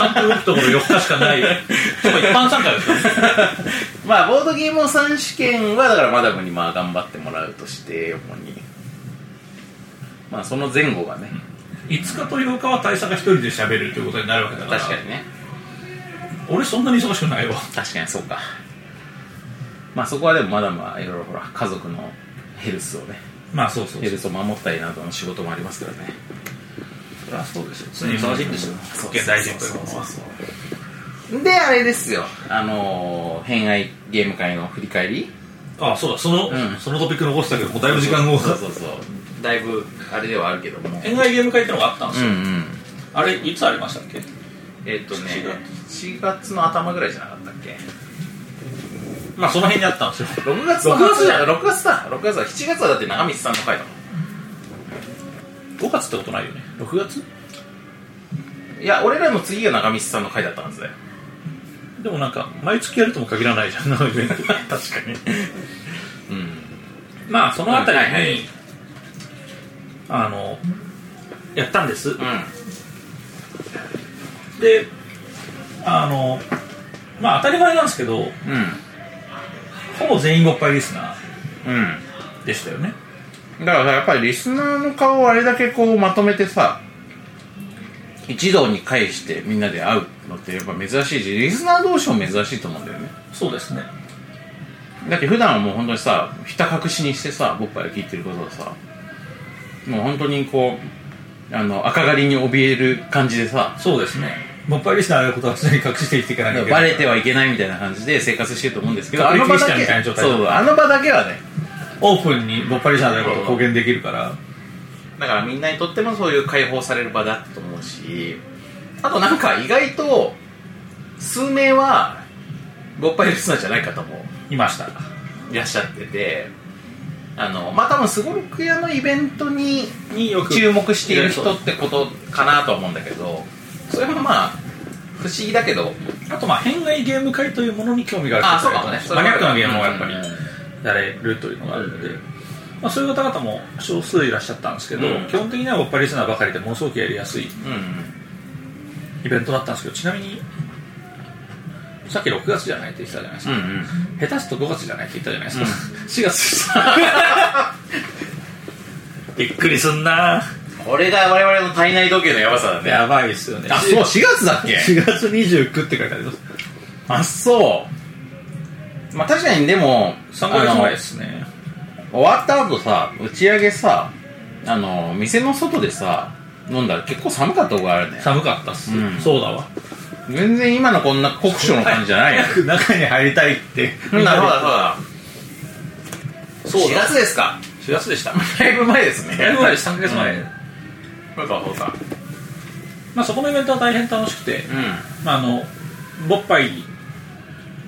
[SPEAKER 4] ゃんと動くところ4日しかないそうか一般参加ですからね
[SPEAKER 3] まあボードゲームを三試験はだからマダムにまあ頑張ってもらうとして主にまあその前後がね
[SPEAKER 4] 5日と8日は大佐が一人で喋るということになるわけだから
[SPEAKER 3] 確かにね
[SPEAKER 4] 俺そんなに忙しくないわ
[SPEAKER 3] 確かにそうかまあそこはでもマダムはいろいろほら家族のヘルスをね
[SPEAKER 4] まあそうそう
[SPEAKER 3] ヘ
[SPEAKER 4] そう
[SPEAKER 3] ルスを守ったりなどの仕事もありますからね
[SPEAKER 4] そりゃそうですよ常に忙しいんですよ
[SPEAKER 3] そう
[SPEAKER 4] 現代人というものは
[SPEAKER 3] であれですよあのー偏愛ゲーム会の振り返り
[SPEAKER 4] ああそうだその、
[SPEAKER 3] うん
[SPEAKER 4] そのトピック残したけどもうだいぶ時間を
[SPEAKER 3] そうそうそうだいぶあれではあるけども
[SPEAKER 8] 恋愛ゲーム会ってのがあったんで
[SPEAKER 3] う
[SPEAKER 8] す
[SPEAKER 3] んう
[SPEAKER 8] よ、
[SPEAKER 3] ん
[SPEAKER 8] あれいつありましたっけ
[SPEAKER 3] えっ、とね7月の頭ぐらいじゃなかったっけ
[SPEAKER 4] まあその辺にあったんですよ
[SPEAKER 3] 6月の
[SPEAKER 8] 6月じゃ
[SPEAKER 3] 6月だ6月だ7月はだって長光さんの回だも
[SPEAKER 4] 5月ってことないよね6月
[SPEAKER 3] んいや俺らの次が長光さんの回だったはずだよ
[SPEAKER 4] でもなんか毎月やるとも限らないじゃん確 かに
[SPEAKER 3] うん
[SPEAKER 4] まあそのあたりに、
[SPEAKER 3] はいはい
[SPEAKER 4] あのやったんで
[SPEAKER 3] う
[SPEAKER 4] す、
[SPEAKER 3] ん
[SPEAKER 4] であのまあ当たり前なんですけどほぼ全員ごっぱいリスナ
[SPEAKER 3] うん
[SPEAKER 4] ーでしたよね
[SPEAKER 3] うんだからやっぱりリスナーの顔をあれだけこうまとめてさ一堂に会してみんなで会うのってやっぱ珍しいしリスナー同士も珍しいと思うんだよね
[SPEAKER 4] そうですね
[SPEAKER 3] だって普段はもう本当にさひた隠しにしてさ僕から聞いてることをさもう本当にこうあの赤狩りに怯える感じでさ
[SPEAKER 4] そうですねごっぱいリスナーのことは常に隠していっていかなきゃいけな
[SPEAKER 3] バ
[SPEAKER 4] い
[SPEAKER 3] レてはいけないみたいな感じで生活してると思うんですけど、あ
[SPEAKER 4] 確
[SPEAKER 3] の
[SPEAKER 4] 率
[SPEAKER 3] 場
[SPEAKER 4] に
[SPEAKER 3] だ
[SPEAKER 4] したみたいな
[SPEAKER 3] け
[SPEAKER 4] 状態
[SPEAKER 3] そうあの場だけはね、
[SPEAKER 4] オープンにごっぱいリスナーのことを公言できるから
[SPEAKER 3] だからみんなにとってもそういう解放される場だと思うし、あとなんか意外と、数名は、ごっぱいリスナーじゃない方も
[SPEAKER 4] いました
[SPEAKER 3] いらっしゃってて、あの、まあ、多分すごろく屋のイベントに
[SPEAKER 4] によく
[SPEAKER 3] 注目している人ってことかなとは思うんだけど、それはまあ、不思議だけど、
[SPEAKER 4] あとまあ偏愛ゲーム会というものに興味があ
[SPEAKER 3] あ、
[SPEAKER 4] る
[SPEAKER 3] そ
[SPEAKER 4] 人
[SPEAKER 3] うかもね。それ
[SPEAKER 4] マ
[SPEAKER 3] は
[SPEAKER 4] ニアックなゲームをやっぱり
[SPEAKER 3] うんうん
[SPEAKER 4] やれるというのがあるので、まあ、そういう方々も少数いらっしゃったんですけど、
[SPEAKER 3] うん
[SPEAKER 4] 基本的にはオッパリスナーばかりでものすごくやりやすいイベントだったんですけどちなみにさっき6月じゃないって言ってたじゃないです
[SPEAKER 3] うん
[SPEAKER 4] か、
[SPEAKER 3] うん。
[SPEAKER 4] 下手すと5月じゃないって言ったじゃないですか、
[SPEAKER 3] 4月でした。
[SPEAKER 4] びっくりすんな
[SPEAKER 3] これが我々の体内時計のやばさだね
[SPEAKER 4] やばいっすよね
[SPEAKER 3] あそう4月だっけ
[SPEAKER 4] 4月29って書いてあります
[SPEAKER 3] あそうまあ確かにでも
[SPEAKER 4] 3ヶ月前で
[SPEAKER 3] あ
[SPEAKER 4] すね
[SPEAKER 3] の終わった後さ打ち上げさあの店の外でさ飲んだら結構寒かったとこあるね
[SPEAKER 4] 寒かったっす、
[SPEAKER 3] うん
[SPEAKER 4] そうだわ
[SPEAKER 3] 全然今のこんな酷暑の感じじゃない よ
[SPEAKER 4] 早く中に入りたいって
[SPEAKER 3] うんなるほどなるほど
[SPEAKER 4] そう
[SPEAKER 3] 4
[SPEAKER 4] だ
[SPEAKER 3] 月ですか
[SPEAKER 4] 4月でした
[SPEAKER 3] だいぶ前ですね
[SPEAKER 4] だいぶ前です3ヶ月前、
[SPEAKER 3] うんそうかそうか
[SPEAKER 4] まあ、そこのイベントは大変楽しくて、
[SPEAKER 3] う
[SPEAKER 4] まあ、あのボッパイ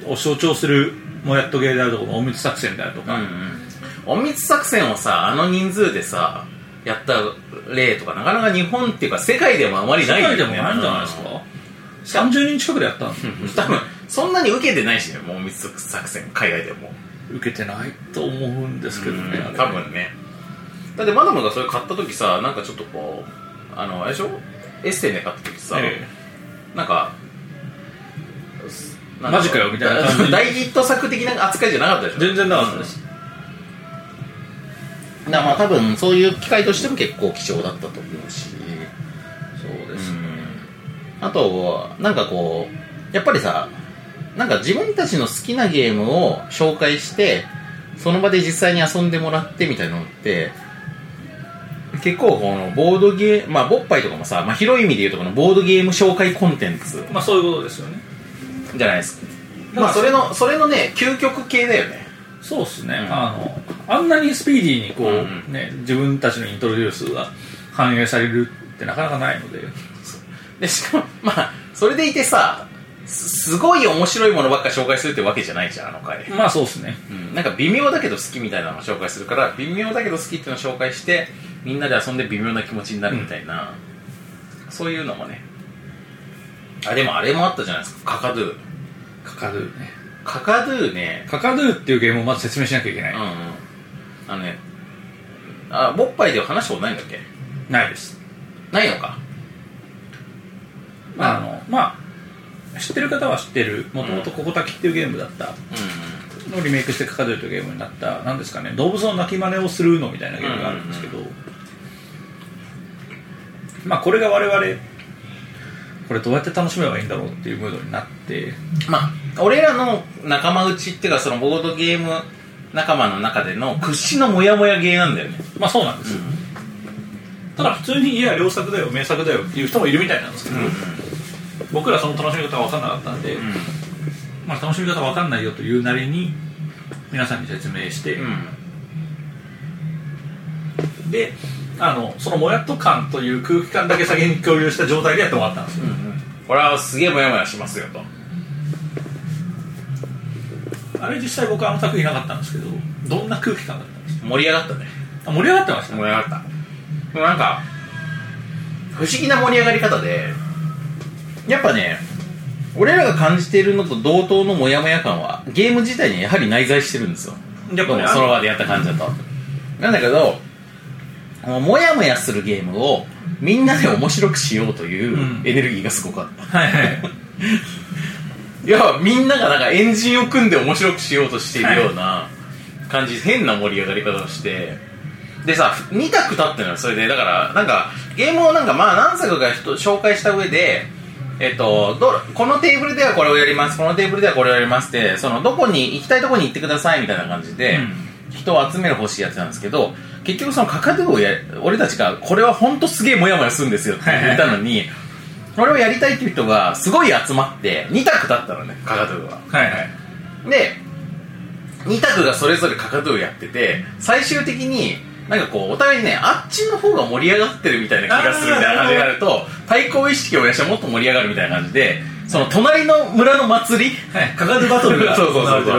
[SPEAKER 4] を象徴するもやっと芸であるとか隠密作戦であるとか、
[SPEAKER 3] んうん隠密作戦をさあの人数でさやった例とかなかなか日本っていうか世界でもあまり
[SPEAKER 4] 世
[SPEAKER 3] ない
[SPEAKER 4] 界
[SPEAKER 3] よね
[SPEAKER 4] でもないんじゃないですか、30人近くでやったの
[SPEAKER 3] 多分そんなに受けてないしねもう密作戦海外でも
[SPEAKER 4] 受けてないと思うんですけどね、あ れ
[SPEAKER 3] 多分ねだってマダムがそれ買った時さなんかちょっとこうあのあれでしょエステで買った時さ、
[SPEAKER 4] え
[SPEAKER 3] なんかなん
[SPEAKER 4] マジかよみたいな感 じ
[SPEAKER 3] 大ヒット作的な扱いじゃなかったでし
[SPEAKER 4] え
[SPEAKER 3] ょ
[SPEAKER 4] 全然なかったです、
[SPEAKER 3] だからまあ多分そういう機会としても結構貴重だったと思うし
[SPEAKER 4] そうで
[SPEAKER 3] うんあとなんかこうやっぱりさなんか自分たちの好きなゲームを紹介してその場で実際に遊んでもらってみたいなのって結構このボードゲームまあボッパイとかもさ、まあ、広い意味で言うとこのボードゲーム紹介コンテンツ
[SPEAKER 9] まあそういうことですよね
[SPEAKER 3] じゃないですかまあそれのそれのね究極系だよね
[SPEAKER 4] そうっすね、
[SPEAKER 3] うん
[SPEAKER 4] あのあんなにスピーディーにこう、
[SPEAKER 3] うん
[SPEAKER 4] ね、自分たちのイントロデュースが反映されるってなかなかないので
[SPEAKER 3] でしかもまあそれでいてさすすごい面白いものばっか紹介するってわけじゃないじゃんあの回
[SPEAKER 4] まあそうっすね
[SPEAKER 3] うん、なんか微妙だけど好きみたいなのを紹介するから微妙だけど好きっていうのを紹介してみんなで遊んで微妙な気持ちになるみたいな、そういうのもねあでもあれもあったじゃないですかカカドゥ
[SPEAKER 4] カカドゥね
[SPEAKER 3] カカドゥね
[SPEAKER 4] カカドゥっていうゲームをまず説明しなきゃいけな
[SPEAKER 3] う
[SPEAKER 4] い、
[SPEAKER 3] んうんあのねあボッパイでは話したことないんだっけ
[SPEAKER 4] ないです
[SPEAKER 3] ないのか
[SPEAKER 4] あのまあ知ってる方は知ってるもともと「ココタキ」っていうゲームだった
[SPEAKER 3] う
[SPEAKER 4] のリメイクして「カカドゥ」というゲームになったなんですかね動物の鳴き真似をするのみたいなゲームがあるんですけど、まあこれが我々これどうやって楽しめばいいんだろうっていうムードになって
[SPEAKER 3] んまあ俺らの仲間内っていうかそのボードゲーム仲間の中での屈指のモヤモヤゲーなんだよね
[SPEAKER 4] まあそうなんですよ、ただ普通に「いや良作だよ名作だよ」っていう人もいるみたいなんですけど、僕らその楽しみ方が分かんなかったんで、まあ、楽しみ方分かんないよというなりに皆さんに説明して、であのそのもやっと感という空気感だけ先に共有した状態でやってもらったんですよ、
[SPEAKER 3] これはすげえモヤモヤしますよと
[SPEAKER 4] あれ実際僕はあの作品いなかったんですけどどんな空気感だったんですか
[SPEAKER 3] 盛り上がったね
[SPEAKER 4] あ盛り上がってました
[SPEAKER 3] 盛り上がったでもなんか不思議な盛り上がり方でやっぱね俺らが感じているのと同等のモヤモヤ感はゲーム自体にやはり内在してるんですよ
[SPEAKER 4] やっぱね
[SPEAKER 3] その場でやった感じだとなんだけどこのモヤモヤするゲームをみんなで面白くしようという
[SPEAKER 4] うん
[SPEAKER 3] エネルギーがすごかった、
[SPEAKER 4] はいはい
[SPEAKER 3] いやみんながなんかエンジンを組んで面白くしようとしているような感じ、変な盛り上がり方をしてでさ2択立ってるのよそれでだからなんかゲームをなんかまあ何作か人紹介した上でえっと、どこのテーブルではこれをやりますこのテーブルではこれをやりますってそのどこに行きたいとこに行ってくださいみたいな感じで、人を集める欲しいやつなんですけど結局そのカカドゥをや俺たちがこれは本当すげえモヤモヤするんですよって言ったのにこれをやりたいっていう人がすごい集まって2択だったのねカカドゥは
[SPEAKER 4] はいはい
[SPEAKER 3] で2択がそれぞれカカドゥをやってて最終的になんかこうお互いねあっちの方が盛り上がってるみたいな気がするみたいな感じになると対抗意識を養してもっと盛り上がるみたいな感じでその隣の村の祭り
[SPEAKER 4] はいカカドゥバトル が
[SPEAKER 3] そうそうそう
[SPEAKER 4] な
[SPEAKER 3] そ
[SPEAKER 4] るほ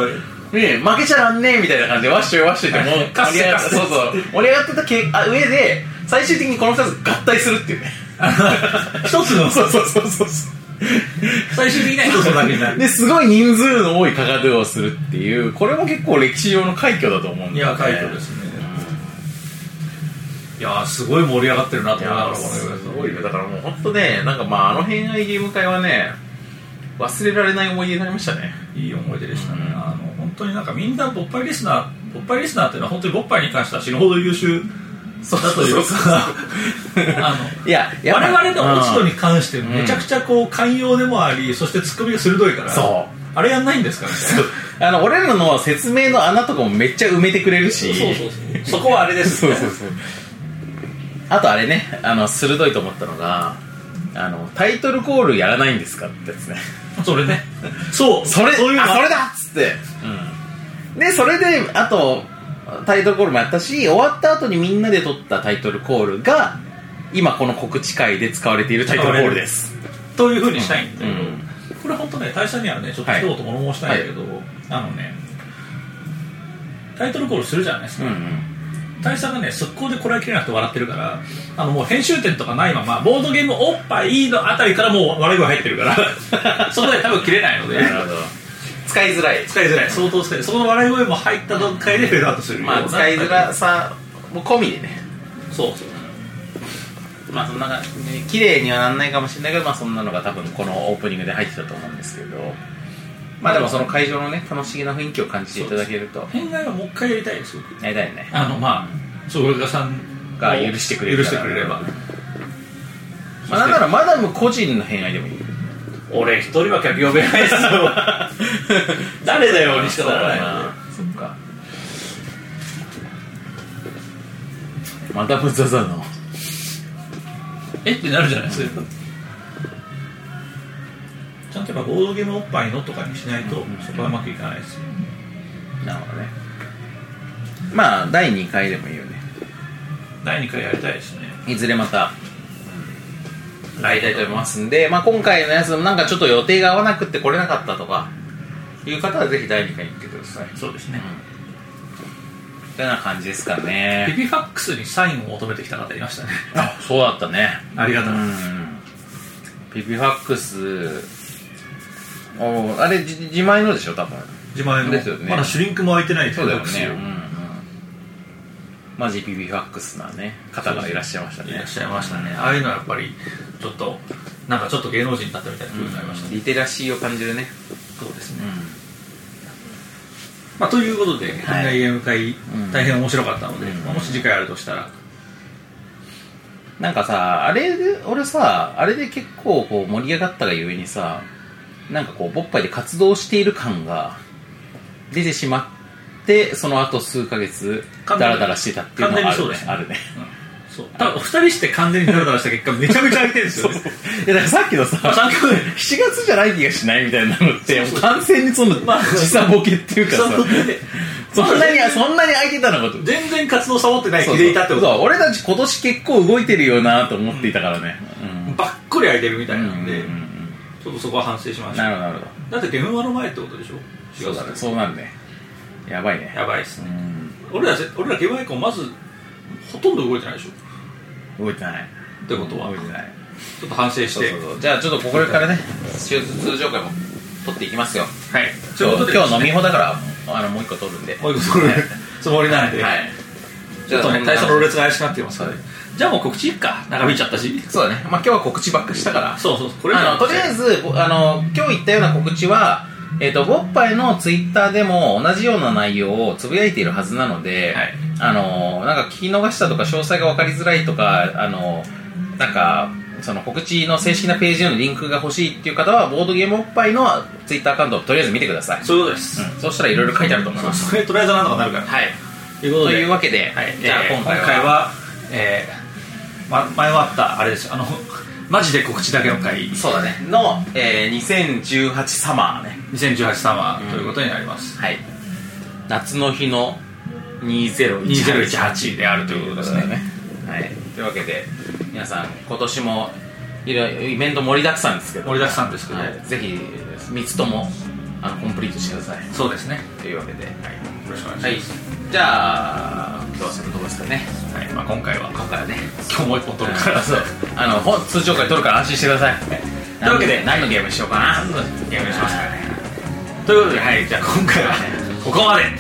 [SPEAKER 3] うねえ負けちゃらんねえみたいな感じでわっしょいわっしょいってもう
[SPEAKER 4] かっ
[SPEAKER 3] 盛り
[SPEAKER 4] せ
[SPEAKER 3] 上が
[SPEAKER 4] か
[SPEAKER 3] っ
[SPEAKER 4] ってせ
[SPEAKER 3] そうそう盛り上がってたけあ上で最終的にこの2つ合体するっていうね
[SPEAKER 4] ど一つの
[SPEAKER 3] そうそうそう そうそう
[SPEAKER 4] 最終的には一つのだけになる
[SPEAKER 3] ですごい人数の多いカカドゥをするっていうこれも結構歴史上の快挙だと思うん
[SPEAKER 4] い
[SPEAKER 3] だ
[SPEAKER 4] や
[SPEAKER 3] よね
[SPEAKER 4] 快挙ですね、いやーすごい盛り上がってるなと
[SPEAKER 3] い
[SPEAKER 4] 思いなが
[SPEAKER 3] や
[SPEAKER 4] ら
[SPEAKER 3] すごいよだからもう本当ねなんかまああの恋愛ゲーム会はね忘れられない思い出になりましたね
[SPEAKER 4] いい思い出でしたね、あの本当になんかみんなボッパイリスナーボッパイリスナーっていうのは本当にボッパイに関しては死ぬほど優秀だと いうかあの
[SPEAKER 3] いややっぱ
[SPEAKER 4] 我々の落ち度に関してめちゃくちゃこう寛容でもあり、そしてツッコミが鋭いから
[SPEAKER 3] そう
[SPEAKER 4] あれやんないんですかね
[SPEAKER 3] あの俺らの説明の穴とかもめっちゃ埋めてくれるし
[SPEAKER 4] そうそこはあれです
[SPEAKER 3] そうそうそうあとあれねあの鋭いと思ったのがあのタイトルコールやらないんですかってやつね
[SPEAKER 4] それねそう
[SPEAKER 3] それ
[SPEAKER 4] そういうの
[SPEAKER 3] あそれだっつって、でそれであとタイトルコールもやったし終わった後にみんなで撮ったタイトルコールが今この告知会で使われているタイトルコールです
[SPEAKER 4] というふうにしたいんだけど、
[SPEAKER 3] うん
[SPEAKER 4] これ本当ね大社にはねちょっと
[SPEAKER 3] はい
[SPEAKER 4] 一言物申したいんだけど、あのねタイトルコールするじゃないですか、大佐がね速攻でこらえきれなくて笑ってるからあのもう編集点とかないままボードゲームおっぱいのあたりからもう笑い声入ってるから そこで多分切れないので
[SPEAKER 3] ほど使いづらい
[SPEAKER 4] 使いづらい相当使いづらいそこの笑い声も入った段階でフェードアウトするような
[SPEAKER 3] まあ使いづらさも込みでね
[SPEAKER 4] そうそう
[SPEAKER 3] まあそんな感じで綺麗にはなんないかもしれないけどまあそんなのが多分このオープニングで入ってたと思うんですけどまあでもその会場のね楽しげな雰囲気を感じていただけると
[SPEAKER 4] 変態はもう一回やりたいですよ
[SPEAKER 3] やりたいよね
[SPEAKER 4] あのまあ小学さん
[SPEAKER 3] が許してくれる
[SPEAKER 4] 許してくれれば
[SPEAKER 3] まあ、なんならマダム個人の偏愛でもいい
[SPEAKER 4] 俺一人は客呼べないっす よ誰だよにしかならないな
[SPEAKER 3] そっかマダム・ザ・ザの
[SPEAKER 4] えってなるじゃないですかちゃんとやっぱボードゲームおっぱいのとかにしないとそこはうまくいかないですよ
[SPEAKER 3] なるほどねまあ第2回でもいいよね
[SPEAKER 4] 第2回やりたいですね
[SPEAKER 3] いずれまたやりたいと思いますんで、まあ、今回のやつでもなんかちょっと予定が合わなくって来れなかったとかいう方はぜひ第2回に行ってください
[SPEAKER 4] そうですね
[SPEAKER 3] みたいな感じですかね
[SPEAKER 4] ピピファックスにサインを求めてきた方いましたね
[SPEAKER 3] あそうだったね
[SPEAKER 4] ありがとうございます
[SPEAKER 3] うんピピファックスおあれじ自前のでしょ多分
[SPEAKER 4] 自前 の
[SPEAKER 3] ですよね
[SPEAKER 4] まだシュリンクも開いてない
[SPEAKER 3] そうだよ
[SPEAKER 4] ピピ
[SPEAKER 3] ね、
[SPEAKER 4] フ
[SPEAKER 3] う
[SPEAKER 4] ァ
[SPEAKER 3] ん
[SPEAKER 4] ック
[SPEAKER 3] うん、マジピピファックスなね方がいらっしゃいました
[SPEAKER 4] スをいら
[SPEAKER 3] ね
[SPEAKER 4] っしゃいましたねああいうのはやっぱりちょっとなんかちょっと芸能人だったみたいな風になりましたね、
[SPEAKER 3] リテラシーを感じるね
[SPEAKER 4] そうですね、まあ、ということで、
[SPEAKER 3] はい
[SPEAKER 4] 海外ゲーム会
[SPEAKER 3] ん、
[SPEAKER 4] 大変面白かったので、
[SPEAKER 3] うん
[SPEAKER 4] まあもし次回あるとしたら、
[SPEAKER 3] なんかさあれで俺さあれで結構こう盛り上がったがゆえにさなんかこうボッパイで活動している感が出てしまってその後数ヶ月ダ
[SPEAKER 4] 完全に
[SPEAKER 3] ラダラしてたっていうのはあ
[SPEAKER 4] 完全
[SPEAKER 3] るね
[SPEAKER 4] にそうですね
[SPEAKER 3] あるね
[SPEAKER 4] そう多分お二人して完全にダラダラした結果、めちゃめちゃ空いてるんですよね。
[SPEAKER 3] いやだからさっきのさ
[SPEAKER 4] まあ、
[SPEAKER 3] 7
[SPEAKER 4] 3回目
[SPEAKER 3] 月じゃない気がしないみたいなのって
[SPEAKER 4] そうそう
[SPEAKER 3] 完全にその
[SPEAKER 4] まあ
[SPEAKER 3] 時差ボケっていうかさ
[SPEAKER 4] そうで
[SPEAKER 3] そんなにそんなに空いてたのかと
[SPEAKER 4] 全然活動サボってない
[SPEAKER 3] そう
[SPEAKER 4] 気でいたってこ
[SPEAKER 3] そう
[SPEAKER 4] と
[SPEAKER 3] 俺たち今年結構動いてるよなと思っていたからね
[SPEAKER 4] ばっかり空いてるみた
[SPEAKER 3] う
[SPEAKER 4] い
[SPEAKER 3] んう
[SPEAKER 4] なん
[SPEAKER 3] うんんう
[SPEAKER 4] で、
[SPEAKER 3] ん
[SPEAKER 4] ちょっとそこは反省しました
[SPEAKER 3] なるほどなるほど
[SPEAKER 4] だってゲームマの前ってことでしょ
[SPEAKER 3] そうだねそうなるねやばいね
[SPEAKER 4] やばいっす
[SPEAKER 3] う
[SPEAKER 4] ね
[SPEAKER 3] ん
[SPEAKER 4] 俺らぜ俺らゲームマイコンまずほとんど動いてないでしょっ
[SPEAKER 3] 動いてない
[SPEAKER 4] てことは
[SPEAKER 3] 動いてない
[SPEAKER 4] ちょっと反省し
[SPEAKER 3] そう
[SPEAKER 4] て
[SPEAKER 3] そうそうじゃあちょっとここからね手術通常回も取っていきますよ
[SPEAKER 4] はいと
[SPEAKER 3] そ
[SPEAKER 4] いううことで
[SPEAKER 3] 今日飲み放だからあのもう一個取るんで
[SPEAKER 4] もう一個それつもりなんで、
[SPEAKER 3] はい
[SPEAKER 4] ちょっとね、
[SPEAKER 3] じゃあ
[SPEAKER 4] 体操の列が怪しくなっていますからね。じゃあもう告知いっか。長引いちゃったし。
[SPEAKER 3] そうだねまあ今日は告知ばっかしたから
[SPEAKER 4] そうそうそう、これ以上
[SPEAKER 3] あのとりあえずぼあの今日言ったような告知はえっと、ボッパイのツイッターでも同じような内容をつぶやいているはずなので、
[SPEAKER 4] はい
[SPEAKER 3] あのなんか聞き逃したとか詳細が分かりづらいとかあのなんかその告知の正式なページへのリンクが欲しいっていう方はボードゲームおっぱいのツイッターアカウントをとりあえず見てください、
[SPEAKER 4] そういうことです。
[SPEAKER 3] うん、そうしたらいろいろ書いてあると思います
[SPEAKER 4] それとりあえずなんとかなるから。
[SPEAKER 3] はい
[SPEAKER 4] ということとで、
[SPEAKER 3] いうわけで、
[SPEAKER 4] はい、
[SPEAKER 3] じゃあ
[SPEAKER 4] えー
[SPEAKER 3] 今回は,、
[SPEAKER 4] えーま、前はあった、あれですよあの、マジで告知だけの回、
[SPEAKER 3] そうだねの、えー2018サマーね
[SPEAKER 4] 2018サマーということになります。
[SPEAKER 3] はい夏の日の2018
[SPEAKER 4] 2018であるということですね。
[SPEAKER 3] はい、というわけで皆さん今年もいろいろイベント盛りだくさんですけど
[SPEAKER 4] 盛りだくさんですけど、
[SPEAKER 3] はい、ぜひ3つともあのコンプリートしてください
[SPEAKER 4] そうですね。
[SPEAKER 3] というわけで、はい
[SPEAKER 4] よろしくお願いし
[SPEAKER 3] はい、じゃあ今日はそのとこですかね
[SPEAKER 4] ます。はい、まあ、今回は、
[SPEAKER 3] ここからね
[SPEAKER 4] 今日もう一本撮るから、
[SPEAKER 3] そうあの本通常回取るから安心してくださいと
[SPEAKER 4] というわけで
[SPEAKER 3] 何のゲームにしようかな
[SPEAKER 4] ゲームにしますからね。ということで、はい、じゃあ今回は、 ここまで。
[SPEAKER 3] はい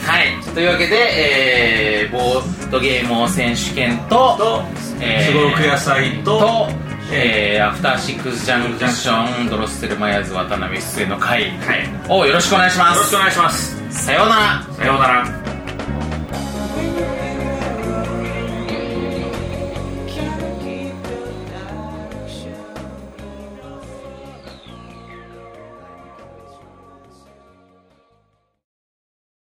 [SPEAKER 3] というわけで、えー、ボードゲーム王選手権と
[SPEAKER 4] と、
[SPEAKER 3] えー
[SPEAKER 4] すごろく野菜と、
[SPEAKER 3] と、えーアフターシックスジャンクションドロッセルマイヤーズ渡辺出演の会
[SPEAKER 4] はい、よ
[SPEAKER 3] をよろしくお願いしま
[SPEAKER 4] ろし
[SPEAKER 3] す
[SPEAKER 4] くお願いします。
[SPEAKER 3] さようなら
[SPEAKER 4] さようなら。